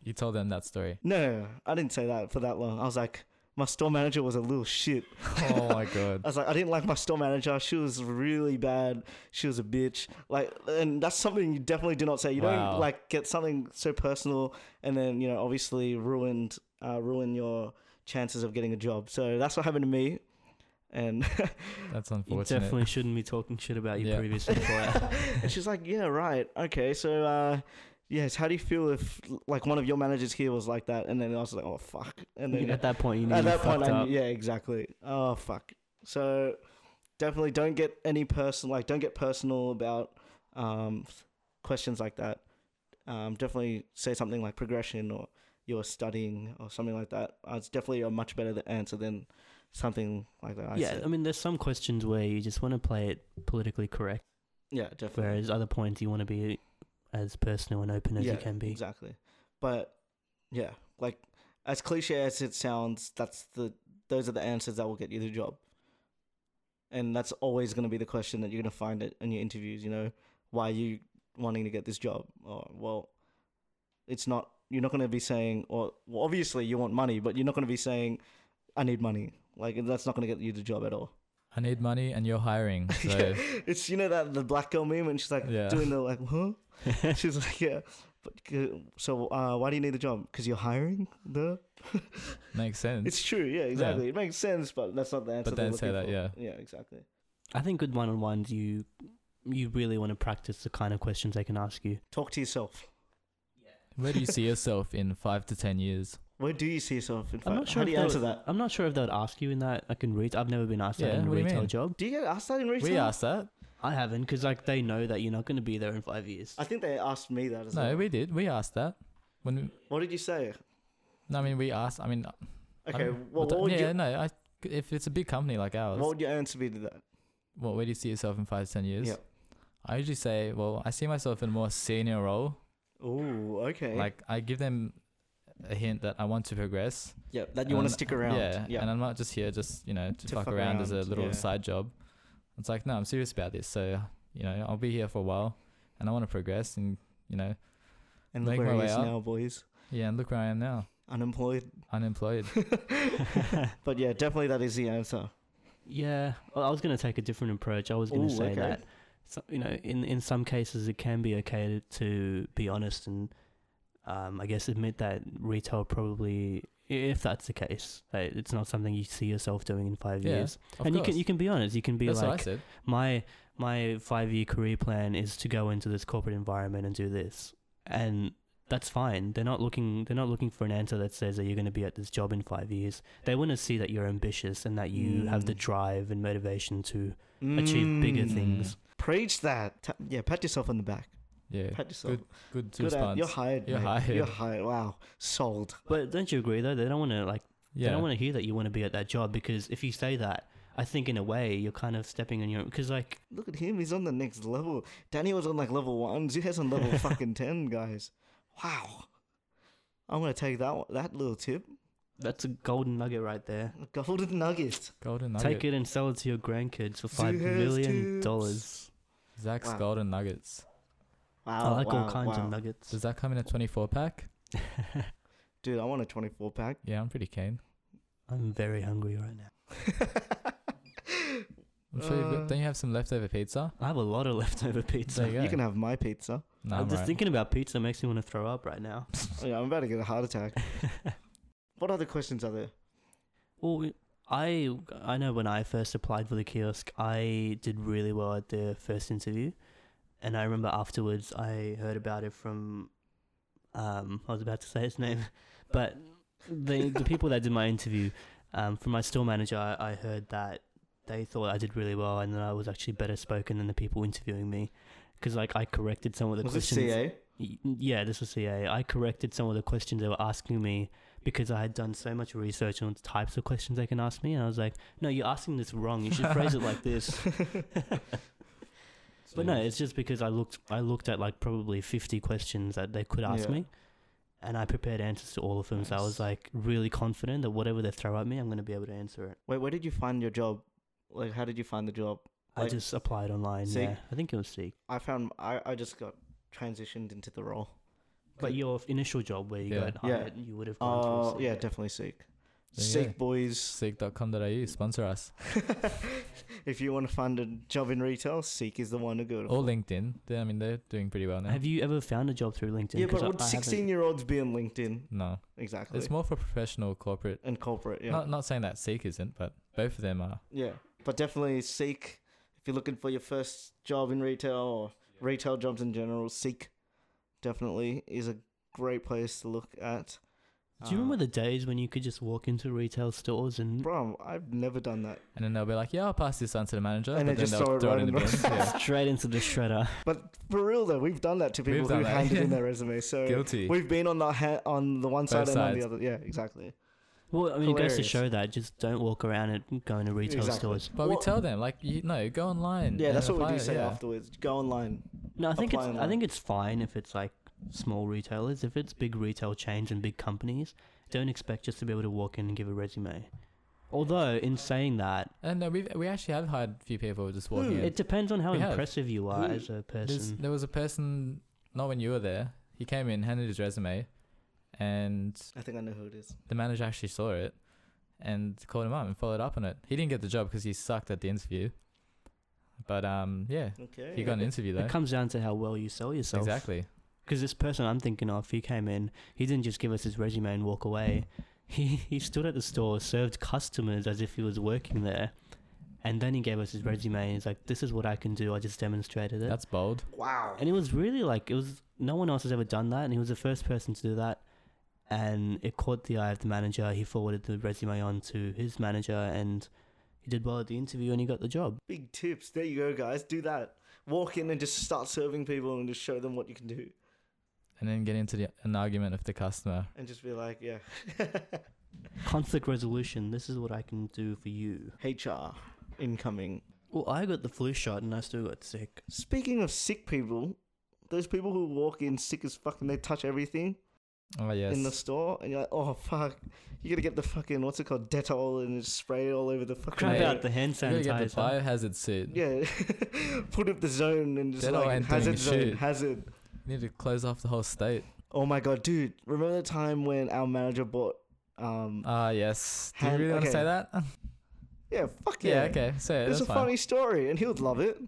Speaker 2: You told them
Speaker 1: [laughs]
Speaker 2: that story.
Speaker 1: no, no, no, I didn't say that for that long. I was like, my store manager was a little shit. [laughs]
Speaker 2: Oh my
Speaker 1: I
Speaker 2: god.
Speaker 1: was like, I didn't like my store manager. She was really bad. She was a bitch. Like, and that's something you definitely do not say. You
Speaker 2: Wow.
Speaker 1: don't like get something so personal and then you know obviously ruined uh, ruin your chances of getting a job. So that's what happened to me. And [laughs]
Speaker 2: That's
Speaker 10: You
Speaker 2: unfortunate.
Speaker 10: definitely shouldn't be talking shit about your
Speaker 2: Yeah. [laughs]
Speaker 10: previous employer.
Speaker 1: And she's like, yeah, right. Okay, so, uh, yes, how do you feel if, like, one of your managers here was like that? And then I was like, oh, fuck. And then
Speaker 10: At that point, [laughs] you know
Speaker 1: at
Speaker 10: you
Speaker 1: that
Speaker 10: fucked
Speaker 1: point, I,
Speaker 10: up.
Speaker 1: knew- yeah, exactly. Oh, fuck. So definitely don't get any person, like, don't get personal about um, questions like that. Um, definitely say something like progression or you're studying or something like that. Uh, it's definitely a much better answer than something like that. I
Speaker 10: yeah,
Speaker 1: said.
Speaker 10: I mean, there's some questions where you just want to play it politically correct,
Speaker 1: yeah, definitely.
Speaker 10: whereas other points you want to be as personal and open as
Speaker 1: yeah,
Speaker 10: you can be.
Speaker 1: Exactly. But yeah, like as cliche as it sounds, that's the those are the answers that will get you the job. And that's always going to be the question that you're going to find it in your interviews, you know, why are you wanting to get this job? Or well, it's not you're not going to be saying or well, obviously you want money, but you're not going to be saying I need money. Like that's not going to get you the job at all.
Speaker 2: I need money and
Speaker 1: [laughs]
Speaker 2: you're hiring. So
Speaker 1: It's you know that the black girl meme when she's like
Speaker 2: Yeah.
Speaker 1: doing the like [laughs] huh? she's like yeah. But uh, so uh, why do you need the job? Because you're hiring. Duh.
Speaker 2: makes sense.
Speaker 1: It's true. Yeah, exactly. It makes sense, but that's not the answer.
Speaker 2: But
Speaker 1: they're
Speaker 2: don't say
Speaker 1: looking
Speaker 2: that,
Speaker 1: for. Yeah, exactly.
Speaker 10: I think with one-on-ones, you you really want to practice the kind of questions they can ask you.
Speaker 1: Talk to yourself.
Speaker 2: Where do you see yourself in five to
Speaker 1: [laughs]
Speaker 2: ten years?
Speaker 1: Where do you see yourself? In
Speaker 10: I'm
Speaker 1: fact,
Speaker 10: not
Speaker 1: how
Speaker 10: sure if
Speaker 1: do you
Speaker 10: they
Speaker 1: answer
Speaker 10: would-
Speaker 1: that?
Speaker 10: I'm not sure if they would ask you in that. I can read. I've never been asked
Speaker 2: Yeah,
Speaker 10: that in a
Speaker 2: what do you
Speaker 10: retail
Speaker 2: mean?
Speaker 10: job.
Speaker 1: Do you get asked that in retail?
Speaker 2: We asked that.
Speaker 10: I haven't because like they know that you're not going to be there in five years.
Speaker 1: I think they asked me that as
Speaker 2: No,
Speaker 1: well.
Speaker 2: we did. We asked that. When
Speaker 1: What did you say?
Speaker 2: no, I mean we asked. I mean, I
Speaker 1: Okay.
Speaker 2: don't-
Speaker 1: Well,
Speaker 2: I don't-
Speaker 1: what would
Speaker 2: yeah,
Speaker 1: you?
Speaker 2: no. I, if it's a big company like ours,
Speaker 1: What would your answer be to that?
Speaker 2: what where do you see yourself in five to ten years?
Speaker 1: Yeah.
Speaker 2: I usually say, well, I see myself in a more senior role.
Speaker 1: Oh, okay.
Speaker 2: Like I give them a hint that I want to progress.
Speaker 1: yeah, that you want to
Speaker 2: and-
Speaker 1: stick around.
Speaker 2: Yeah, and I'm not just here just you know to, fuck, around, as a
Speaker 1: around,
Speaker 2: little
Speaker 1: yeah.
Speaker 2: side job. It's like no, I'm serious about this. So you know I'll be here for a while, and I want to progress and you know
Speaker 1: and look
Speaker 2: make my
Speaker 1: where he
Speaker 2: way
Speaker 1: is
Speaker 2: up.
Speaker 1: now, boys.
Speaker 2: yeah, and look where I am now,
Speaker 1: Unemployed.
Speaker 2: unemployed.
Speaker 1: [laughs] But yeah, definitely that is the answer.
Speaker 10: Yeah, well, I was going to take a different approach. I was going
Speaker 1: Ooh,
Speaker 10: to say
Speaker 1: okay.
Speaker 10: that so, you know, in in some cases, it can be okay to, to be honest and um, I guess admit that retail probably, if that's the case, like, it's not something you see yourself doing in five
Speaker 2: Yeah,
Speaker 10: years.
Speaker 2: of
Speaker 10: and you
Speaker 2: course.
Speaker 10: can you can be honest. You can be
Speaker 2: That's what I
Speaker 10: like,
Speaker 2: said.
Speaker 10: my my five year career plan is to go into this corporate environment and do this, and that's fine. They're not looking they're not looking for an answer that says that you're going to be at this job in five years. They want to see that you're ambitious and that you have the drive and motivation to achieve bigger
Speaker 1: Mm.
Speaker 10: things.
Speaker 1: Preach that. Ta- yeah, pat yourself on the back.
Speaker 2: Yeah,
Speaker 1: Pat yourself.
Speaker 2: good, good,
Speaker 1: Good at,
Speaker 2: response.
Speaker 1: you're hired.
Speaker 2: You're
Speaker 1: mate.
Speaker 2: hired.
Speaker 1: You're hired. Wow. Sold.
Speaker 10: But don't you agree though? They don't want to like
Speaker 2: yeah,
Speaker 10: They don't want to hear that you want to be at that job because if you say that, I think in a way you're kind of stepping on your because like
Speaker 1: Look at him. He's on the next level. Danny was on like level ones. You guys on
Speaker 10: [laughs]
Speaker 1: level fucking 10, guys. Wow. I'm going to take that one, that little tip.
Speaker 10: that's a golden nugget right there.
Speaker 1: Golden nugget.
Speaker 2: golden nugget.
Speaker 10: Take it and sell it to your grandkids for five
Speaker 1: has
Speaker 10: million
Speaker 1: tips.
Speaker 10: dollars.
Speaker 2: Zach's
Speaker 1: Wow.
Speaker 2: golden nuggets.
Speaker 1: Wow.
Speaker 10: I like
Speaker 1: wow,
Speaker 10: all kinds
Speaker 1: wow.
Speaker 10: of nuggets. [laughs]
Speaker 2: Does that come in a 24 pack?
Speaker 1: Dude, I want a 24
Speaker 10: [laughs]
Speaker 1: pack.
Speaker 2: Yeah, I'm pretty keen.
Speaker 10: I'm very hungry right now.
Speaker 2: I'm sure you've got, don't you have some leftover pizza?
Speaker 10: I have a lot of [laughs] leftover pizza.
Speaker 2: There you go.
Speaker 1: You can have my pizza.
Speaker 2: No,
Speaker 10: I'm,
Speaker 2: I'm
Speaker 10: just
Speaker 2: right.
Speaker 10: thinking about pizza makes me want to throw up right [laughs] now.
Speaker 1: Yeah, I'm about to get a heart attack. what other questions are there?
Speaker 10: Well, I I know when I first applied for the kiosk, I did really well at the first interview, and I remember afterwards I heard about it from, um, I was about to say his name, [laughs] but the the people that did my interview, um, from my store manager, I, I heard that they thought I did really well, and that I was actually better spoken than the people interviewing me, because like I corrected some of the
Speaker 1: Was it
Speaker 10: questions.
Speaker 1: CA?
Speaker 10: Y- Yeah, this was CA. I corrected some of the questions they were asking me because I had done so much research on the types of questions they can ask me, and I was like, no, you're asking this wrong. You should phrase it
Speaker 1: [laughs]
Speaker 10: like this. but no, it's just because I looked I looked at like probably 50 questions that they could ask
Speaker 1: Yeah.
Speaker 10: me, and I prepared answers to all of them. So I was like really confident that whatever they throw at me, I'm going to be able to answer it.
Speaker 1: [laughs] Wait, where did you find your job? Like, how did you find the job?
Speaker 10: I
Speaker 1: Like,
Speaker 10: just applied online.
Speaker 1: Seek?
Speaker 10: Yeah, I think it was Seek.
Speaker 1: I found I, I just got transitioned into the role.
Speaker 10: But your initial job where you
Speaker 2: Yeah.
Speaker 10: got
Speaker 1: Yeah.
Speaker 10: hired, you would have gone
Speaker 1: Oh
Speaker 10: to a
Speaker 1: yeah,
Speaker 10: Seek.
Speaker 1: definitely seek.
Speaker 2: There you
Speaker 1: Seek
Speaker 2: go.
Speaker 1: boys.
Speaker 2: Seek.com.au, sponsor us.
Speaker 1: If you want to find a job in retail, seek is the one to go to.
Speaker 2: Or LinkedIn. They, I mean, they're doing pretty well now.
Speaker 10: Have you ever found a job through LinkedIn?
Speaker 1: yeah,
Speaker 10: 'Cause
Speaker 1: but
Speaker 10: I-
Speaker 1: would
Speaker 10: I haven't.
Speaker 1: sixteen-year-olds be on LinkedIn?
Speaker 2: no.
Speaker 1: Exactly.
Speaker 2: It's more for professional corporate.
Speaker 1: and corporate. Yeah,
Speaker 2: Not, not saying that Seek isn't, but both of them are.
Speaker 1: yeah. But definitely seek if you're looking for your first job in retail or retail jobs in general. Seek definitely is a great place to look at.
Speaker 10: Do you
Speaker 2: Uh.
Speaker 10: remember the days when you could just walk into retail stores and
Speaker 1: Bro, I've never done that.
Speaker 2: And then they'll be like, yeah, I'll pass this on to the manager.
Speaker 1: And they
Speaker 2: but then
Speaker 1: just
Speaker 2: they'll
Speaker 1: throw it right in the-
Speaker 2: bin.
Speaker 1: [laughs]
Speaker 2: Yeah.
Speaker 10: straight into
Speaker 2: [laughs]
Speaker 10: the shredder?
Speaker 1: But for real though, we've done that to people
Speaker 2: We've done
Speaker 1: who
Speaker 2: that.
Speaker 1: handed in
Speaker 2: [laughs]
Speaker 1: their resume. So
Speaker 2: Guilty.
Speaker 1: We've been on the ha- on the one side and on
Speaker 2: sides.
Speaker 1: the other. Yeah, exactly.
Speaker 10: Well, I mean, it goes to
Speaker 1: Hilarious.
Speaker 10: show that just don't walk around and go into retail
Speaker 1: Exactly.
Speaker 10: stores.
Speaker 2: But
Speaker 1: Well-
Speaker 2: we tell them, like, you, no, go online.
Speaker 1: Yeah,
Speaker 2: and
Speaker 1: that's what we
Speaker 2: apply
Speaker 1: do
Speaker 2: it,
Speaker 1: say
Speaker 2: yeah.
Speaker 1: afterwards. Go online.
Speaker 10: No, I think it's
Speaker 1: Apply
Speaker 10: I
Speaker 1: online.
Speaker 10: think it's fine if it's like small retailers. If it's big retail chains and big companies, don't expect just to be able to walk in and give a resume. Although, in saying that,
Speaker 2: And no, we we actually have hired a few people just walking
Speaker 1: Hmm.
Speaker 2: in.
Speaker 10: it depends on how
Speaker 2: We have.
Speaker 10: impressive you are as
Speaker 2: There's-
Speaker 10: a person.
Speaker 2: there was a person, not when you were there. He came in, handed his resume, and
Speaker 1: I think I know who it is.
Speaker 2: the manager actually saw it and called him up and followed up on it. He didn't get the job because he sucked at the interview. But um, yeah,
Speaker 1: Okay.
Speaker 2: he got an interview though.
Speaker 10: It comes down to how well you sell yourself.
Speaker 2: Exactly.
Speaker 10: Because this person I'm thinking of, he came in, he didn't just give us his resume and walk away. He [laughs] he stood at the store, served customers as if he was working there, and then he gave us his resume and he's like, "This is what I can do. I just demonstrated it."
Speaker 2: That's bold.
Speaker 1: Wow.
Speaker 10: and it was really like it was no one else has ever done that, and he was the first person to do that. And it caught the eye of the manager. He forwarded the resume on to his manager, and he did well at the interview, and he got the job.
Speaker 1: Big tips. There you go, guys. Do that. Walk in and just start serving people and just show them what you can do.
Speaker 2: And then get into the, an argument with the customer.
Speaker 1: And just be like, yeah, [laughs]
Speaker 10: Conflict resolution. This is what I can do for you.
Speaker 1: HR incoming.
Speaker 10: Well, I got the flu shot, and I still got sick.
Speaker 1: Speaking of sick people, those people who walk in sick as fuck and they touch everything
Speaker 2: Oh yes.
Speaker 1: in the store and you're like, oh fuck, you gotta get the fucking what's it called, Dettol and just spray it all over the fucking.
Speaker 10: Crap
Speaker 2: Mate,
Speaker 10: out the hand
Speaker 2: you gotta
Speaker 10: sanitizer.
Speaker 2: get the biohazard suit.
Speaker 1: [laughs] Yeah, [laughs] put up the zone and just
Speaker 2: Dettol
Speaker 1: like
Speaker 2: ain't
Speaker 1: hazard
Speaker 2: doing
Speaker 1: zone,
Speaker 2: shit.
Speaker 1: hazard.
Speaker 2: You need to close off the whole state.
Speaker 1: Oh my god, dude! Remember the time when our manager bought? Um,
Speaker 2: Ah yes. Do
Speaker 1: Hand-
Speaker 2: you really want
Speaker 1: okay.
Speaker 2: to say that? [laughs]
Speaker 1: yeah, fuck
Speaker 2: yeah.
Speaker 1: yeah.
Speaker 2: Okay. Say it.
Speaker 1: It's
Speaker 2: That's
Speaker 1: a
Speaker 2: fine.
Speaker 1: funny story, and he would love it.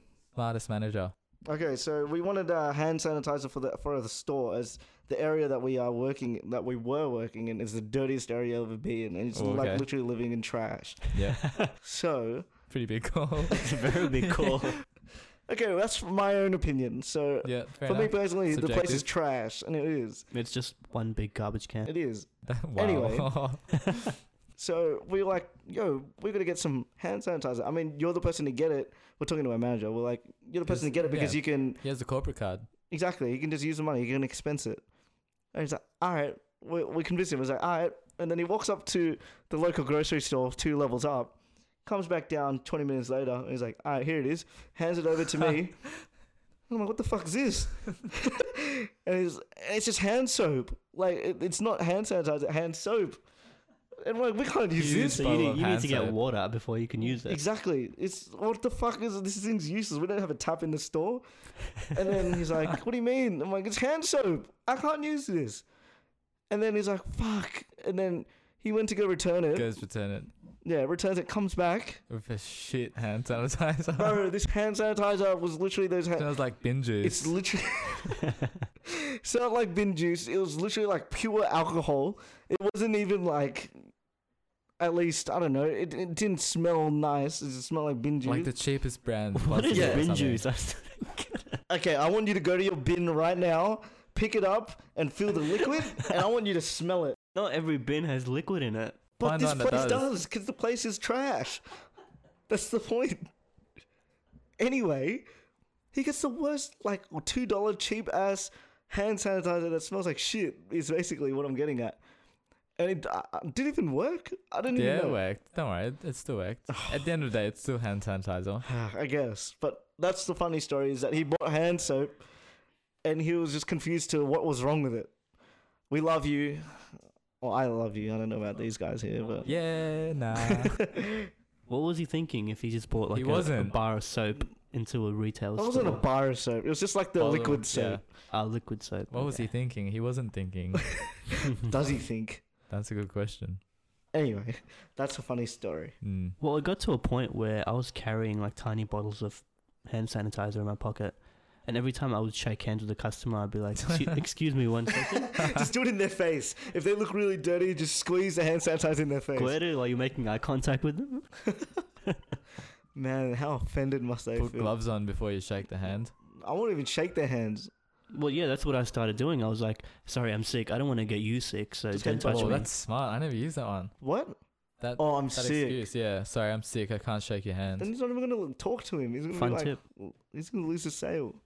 Speaker 1: [laughs]
Speaker 2: Smartest manager.
Speaker 1: Okay, so we wanted uh, hand sanitizer for the for the store as the area that we are working that we were working in is the dirtiest area I've ever been, and it's
Speaker 2: Oh, okay.
Speaker 1: like literally living in trash.
Speaker 2: Yeah.
Speaker 1: So
Speaker 2: Pretty big call. [laughs]
Speaker 10: It's a very big call.
Speaker 1: [laughs] okay, that's my own opinion. So
Speaker 2: yeah. Fair
Speaker 1: for me
Speaker 2: enough.
Speaker 1: personally, the place is
Speaker 2: Subjective.
Speaker 1: trash, and it is,
Speaker 10: it's just one big garbage can.
Speaker 1: it is.
Speaker 2: [laughs] wow.
Speaker 1: Anyway. So we were like, yo, we're gonna get some hand sanitizer. I mean, you're the person to get it. We're talking to our manager. We're like, you're the person to get it because
Speaker 2: yeah.
Speaker 1: you can
Speaker 2: he has the corporate card.
Speaker 1: Exactly. You can just use the money. You can expense it. And he's like, all right. We, we convince him. He's like, all right. And then he walks up to the local grocery store two levels up, comes back down 20 minutes later. And he's like, all right, here it is. Hands it over to me. [laughs] I'm like, what the fuck is this? [laughs] and he's, it's just hand soap. Like, it, it's not hand sanitizer, hand soap. And we're like, we can't use
Speaker 2: You
Speaker 1: this.
Speaker 10: So you
Speaker 2: Bottle
Speaker 10: need,
Speaker 2: of
Speaker 10: you need
Speaker 2: hand
Speaker 10: to get
Speaker 2: soap.
Speaker 10: water before you can use it.
Speaker 1: Exactly. It's what the fuck is this thing's useless? We don't have a tap in the store. And then he's like, "What do you mean?" I'm like, "It's hand soap. I can't use this." And then he's like, "Fuck!" And then he went to go return it.
Speaker 2: Goes return it
Speaker 1: Yeah, returns it. Comes
Speaker 2: [laughs]
Speaker 1: back.
Speaker 2: with a shit hand sanitizer.
Speaker 1: Bro, this hand sanitizer was literally those. Ha-
Speaker 2: [laughs] Smells like bin juice.
Speaker 1: it's
Speaker 2: [laughs]
Speaker 1: literally. [laughs] it's not like bin juice. It was literally like pure alcohol. It wasn't even like. At least I don't know. It, it didn't smell nice. It smelled like bin juice.
Speaker 2: like the cheapest
Speaker 1: [laughs]
Speaker 2: brand.
Speaker 10: What
Speaker 2: possible
Speaker 10: is
Speaker 2: or
Speaker 10: bin
Speaker 2: something.
Speaker 10: juice? [laughs] I still-
Speaker 1: Okay, I want you to go to your bin right now, pick it up, and feel the liquid, and I want you to smell it.
Speaker 10: Not every bin has liquid in it.
Speaker 1: But
Speaker 2: Find
Speaker 1: this
Speaker 2: one that
Speaker 1: place
Speaker 2: does.
Speaker 1: does, because the place is trash. That's the point. Anyway, he gets the worst, like, $2 cheap ass hand sanitizer that smells like shit, is basically what I'm getting at. and it uh, did it even work. I don't
Speaker 2: Yeah,
Speaker 1: even
Speaker 2: it
Speaker 1: know.
Speaker 2: worked. Don't worry, it, it
Speaker 1: [sighs]
Speaker 2: still worked. At the end of the day, it's still hand sanitizer.
Speaker 1: Ah, I guess. But that's the funny story is that he bought hand soap, and he was just confused to what was wrong with it. We love you. Well, I love you. I don't know about these guys here, but [laughs]
Speaker 2: Yeah, nah.
Speaker 10: What was he thinking if he just bought like
Speaker 2: He
Speaker 10: a,
Speaker 2: wasn't.
Speaker 10: a bar of soap into a retail
Speaker 1: That
Speaker 10: store?
Speaker 1: wasn't a bar of soap. It was just like the
Speaker 2: Bottle,
Speaker 1: liquid
Speaker 2: yeah.
Speaker 1: soap.
Speaker 10: Ah, liquid soap.
Speaker 2: What was he thinking? He
Speaker 1: [laughs]
Speaker 2: wasn't thinking.
Speaker 1: Does he think?
Speaker 2: That's a good question.
Speaker 1: Anyway, [laughs] that's a funny story. [laughs]
Speaker 2: Mm.
Speaker 10: Well, it got to a point where I was carrying like tiny bottles of hand sanitizer in my pocket. And every time I would shake hands with a customer, I'd be like,
Speaker 2: [laughs]
Speaker 10: "Excu- excuse me one second.
Speaker 1: just do it in their face. If they look really dirty, just squeeze the hand sanitizer in their face.
Speaker 10: Gueru, are you making eye contact with them?
Speaker 1: Man, how offended must they
Speaker 2: Put
Speaker 1: feel?
Speaker 2: gloves on before you shake the hand.
Speaker 1: I won't even shake their hands.
Speaker 10: Well, yeah, that's what I started doing. I was like, sorry, I'm sick. I don't want to get you sick, so
Speaker 1: Just
Speaker 10: don't
Speaker 1: get the-
Speaker 10: touch
Speaker 2: Oh,
Speaker 10: me.
Speaker 2: that's smart. I never used that one.
Speaker 1: What?
Speaker 2: That,
Speaker 1: Oh, I'm
Speaker 2: that
Speaker 1: sick.
Speaker 2: excuse. Yeah, sorry, I'm sick. I can't shake your hand.
Speaker 1: Then he's not even going to talk to him. He's going to be
Speaker 10: Fun
Speaker 1: like,
Speaker 10: tip.
Speaker 1: he's going to lose his sale.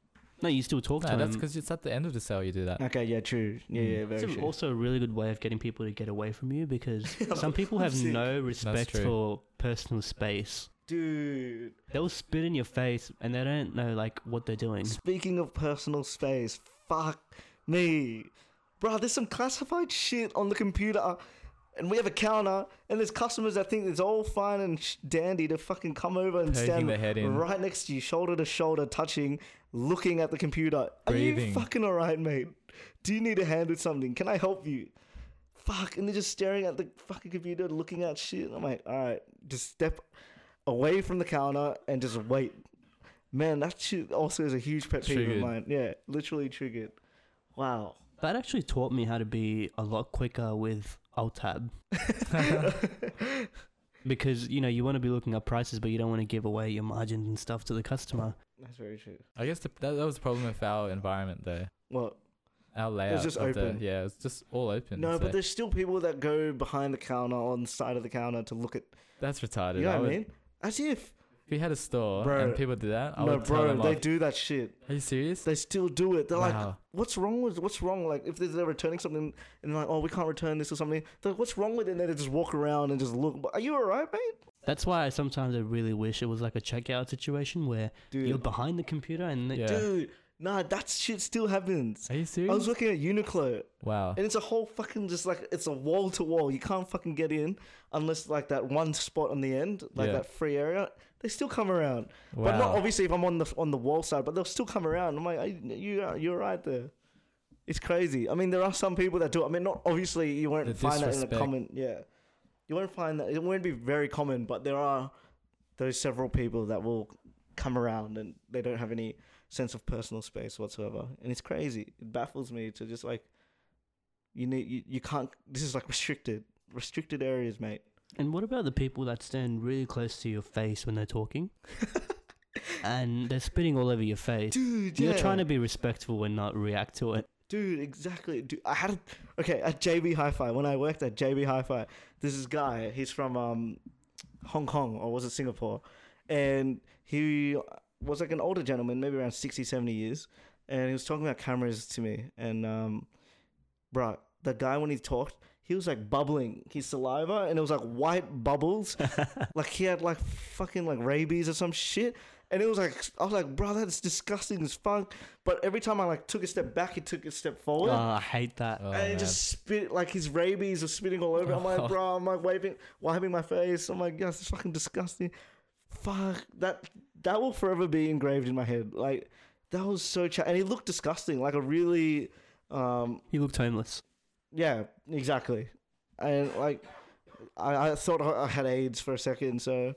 Speaker 10: No, you still talk
Speaker 2: No,
Speaker 10: to
Speaker 2: that's
Speaker 10: him.
Speaker 2: because it's at the end of the sale you do that.
Speaker 1: Okay, yeah, true.
Speaker 2: Hmm.
Speaker 1: Yeah, yeah, very
Speaker 10: It's
Speaker 1: true.
Speaker 10: also a really good way of getting people to get away from
Speaker 1: [laughs]
Speaker 10: you because some people have
Speaker 1: sick.
Speaker 10: no respect
Speaker 2: true.
Speaker 10: for personal space.
Speaker 1: Dude,
Speaker 10: They'll spit in your face and they don't know like what they're doing.
Speaker 1: speaking of personal space, fuck me. Bro, there's some classified shit on the computer, and we have a counter, and there's customers that think it's all fine and sh- dandy to fucking come over and
Speaker 2: Poking
Speaker 1: stand
Speaker 2: their head in.
Speaker 1: right next to you, shoulder to shoulder, touching, looking at the computer. Are
Speaker 2: Breathing.
Speaker 1: you fucking alright, mate? Do you need a hand with something? Can I help you? Fuck, and they're just staring at the fucking computer, looking at shit. I'm like, alright, just step away from the counter and just wait. Man, that shit also is a huge pet peeve
Speaker 2: Triggered.
Speaker 1: of mine. Yeah, literally triggered. Wow. [laughs]
Speaker 10: That actually taught me how to be a lot quicker with Altab. because, you know, you want to be looking up prices, but you don't want to give away your margins and stuff to the customer.
Speaker 1: That's very true.
Speaker 2: I guess the, that, that was the problem with our environment, though.
Speaker 1: Well,
Speaker 2: Our layout.
Speaker 1: just
Speaker 2: of the-
Speaker 1: open.
Speaker 2: yeah, it's just all open.
Speaker 1: no,
Speaker 2: so
Speaker 1: but there's still people that go behind the counter on the side of the counter to look at.
Speaker 2: that's retarded.
Speaker 1: You know what
Speaker 2: I
Speaker 1: I
Speaker 2: would-
Speaker 1: mean? As if.
Speaker 2: If we had a store
Speaker 1: Bro.
Speaker 2: and people did that, I
Speaker 1: no,
Speaker 2: would tell
Speaker 1: bro,
Speaker 2: them
Speaker 1: they
Speaker 2: off.
Speaker 1: do that shit.
Speaker 2: Are you serious?
Speaker 1: They still do it. They're like,
Speaker 2: Wow.
Speaker 1: "What's wrong with? What's wrong? Like, if they're returning something and they're like, oh, we can't return this or something. They're like, what's wrong with it? And then they just walk around and just look. Are you alright, mate?
Speaker 10: That's why I sometimes I really wish it was like a checkout situation where
Speaker 1: Dude.
Speaker 10: you're behind the computer and
Speaker 2: Yeah.
Speaker 1: Dude, nah, that shit still happens.
Speaker 2: Are you serious?
Speaker 1: I was looking at Uniqlo
Speaker 2: wow.
Speaker 1: And it's a whole fucking just like it's a wall to wall. You can't fucking get in unless like that one spot on the end, like
Speaker 2: Yeah.
Speaker 1: that free area. They still come around, but not
Speaker 2: Wow.
Speaker 1: obviously if I'm on the on the wall side. But they'll still come around. I'm like, "Hey, you you're right there. It's crazy. I mean, there are some people that do. it. I mean, not obviously you won't
Speaker 2: The
Speaker 1: find that in
Speaker 2: disrespect.
Speaker 1: a comment. Yeah, you won't find that. It won't be very common, but there are those several people that will come around and they don't have any sense of personal space whatsoever. And it's crazy. It baffles me to just like you need you, you can't this is like restricted restricted areas mate
Speaker 10: And what about the people that stand really close to your face when they're talking? and they're spitting all over your face.
Speaker 1: dude
Speaker 10: You're trying to be respectful and not react to it.
Speaker 1: dude exactly dude, i had a, okay at jb hi-fi when i worked at jb hi-fi this is guy he's from um hong kong or was it singapore and he was like an older gentleman maybe around 60 70 years and he was talking about cameras to me and um bruh, the guy when he talked, he was like bubbling his saliva and it was like white bubbles. like he had like fucking like rabies or some shit. And it was like I was like, bro, that's disgusting as fuck. But every time I like took a step back, he took a step forward.
Speaker 10: Oh, I hate that.
Speaker 2: Oh,
Speaker 1: and it
Speaker 2: man. Oh.
Speaker 1: just spit like his rabies was spitting all over. I'm like, bro, I'm like waving, wiping my face. I'm like, yes, it's fucking disgusting. Fuck that. That will forever be engraved in my head. Like that was so. Ch- and he looked disgusting, like a really um,
Speaker 10: You looked homeless.
Speaker 1: yeah, exactly. And like, I, I thought I I had AIDS for a second, so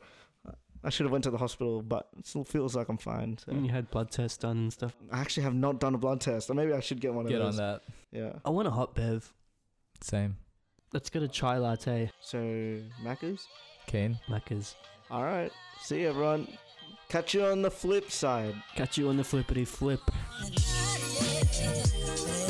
Speaker 1: I should have went to the hospital, but it still feels like I'm fine. So.
Speaker 2: Mm.
Speaker 10: And you had blood tests done and stuff.
Speaker 1: I actually have not done a blood test, or maybe I should get one
Speaker 2: Get
Speaker 1: of
Speaker 2: on
Speaker 1: those.
Speaker 2: that.
Speaker 1: Yeah.
Speaker 10: I want a hot bev.
Speaker 2: Same.
Speaker 10: Let's get a chai latte.
Speaker 1: So Macca's.
Speaker 2: Keen.
Speaker 10: Macca's.
Speaker 1: All right. See you, everyone. Catch you on the flip side.
Speaker 10: Catch you on the flippity flip.
Speaker 4: Yeah.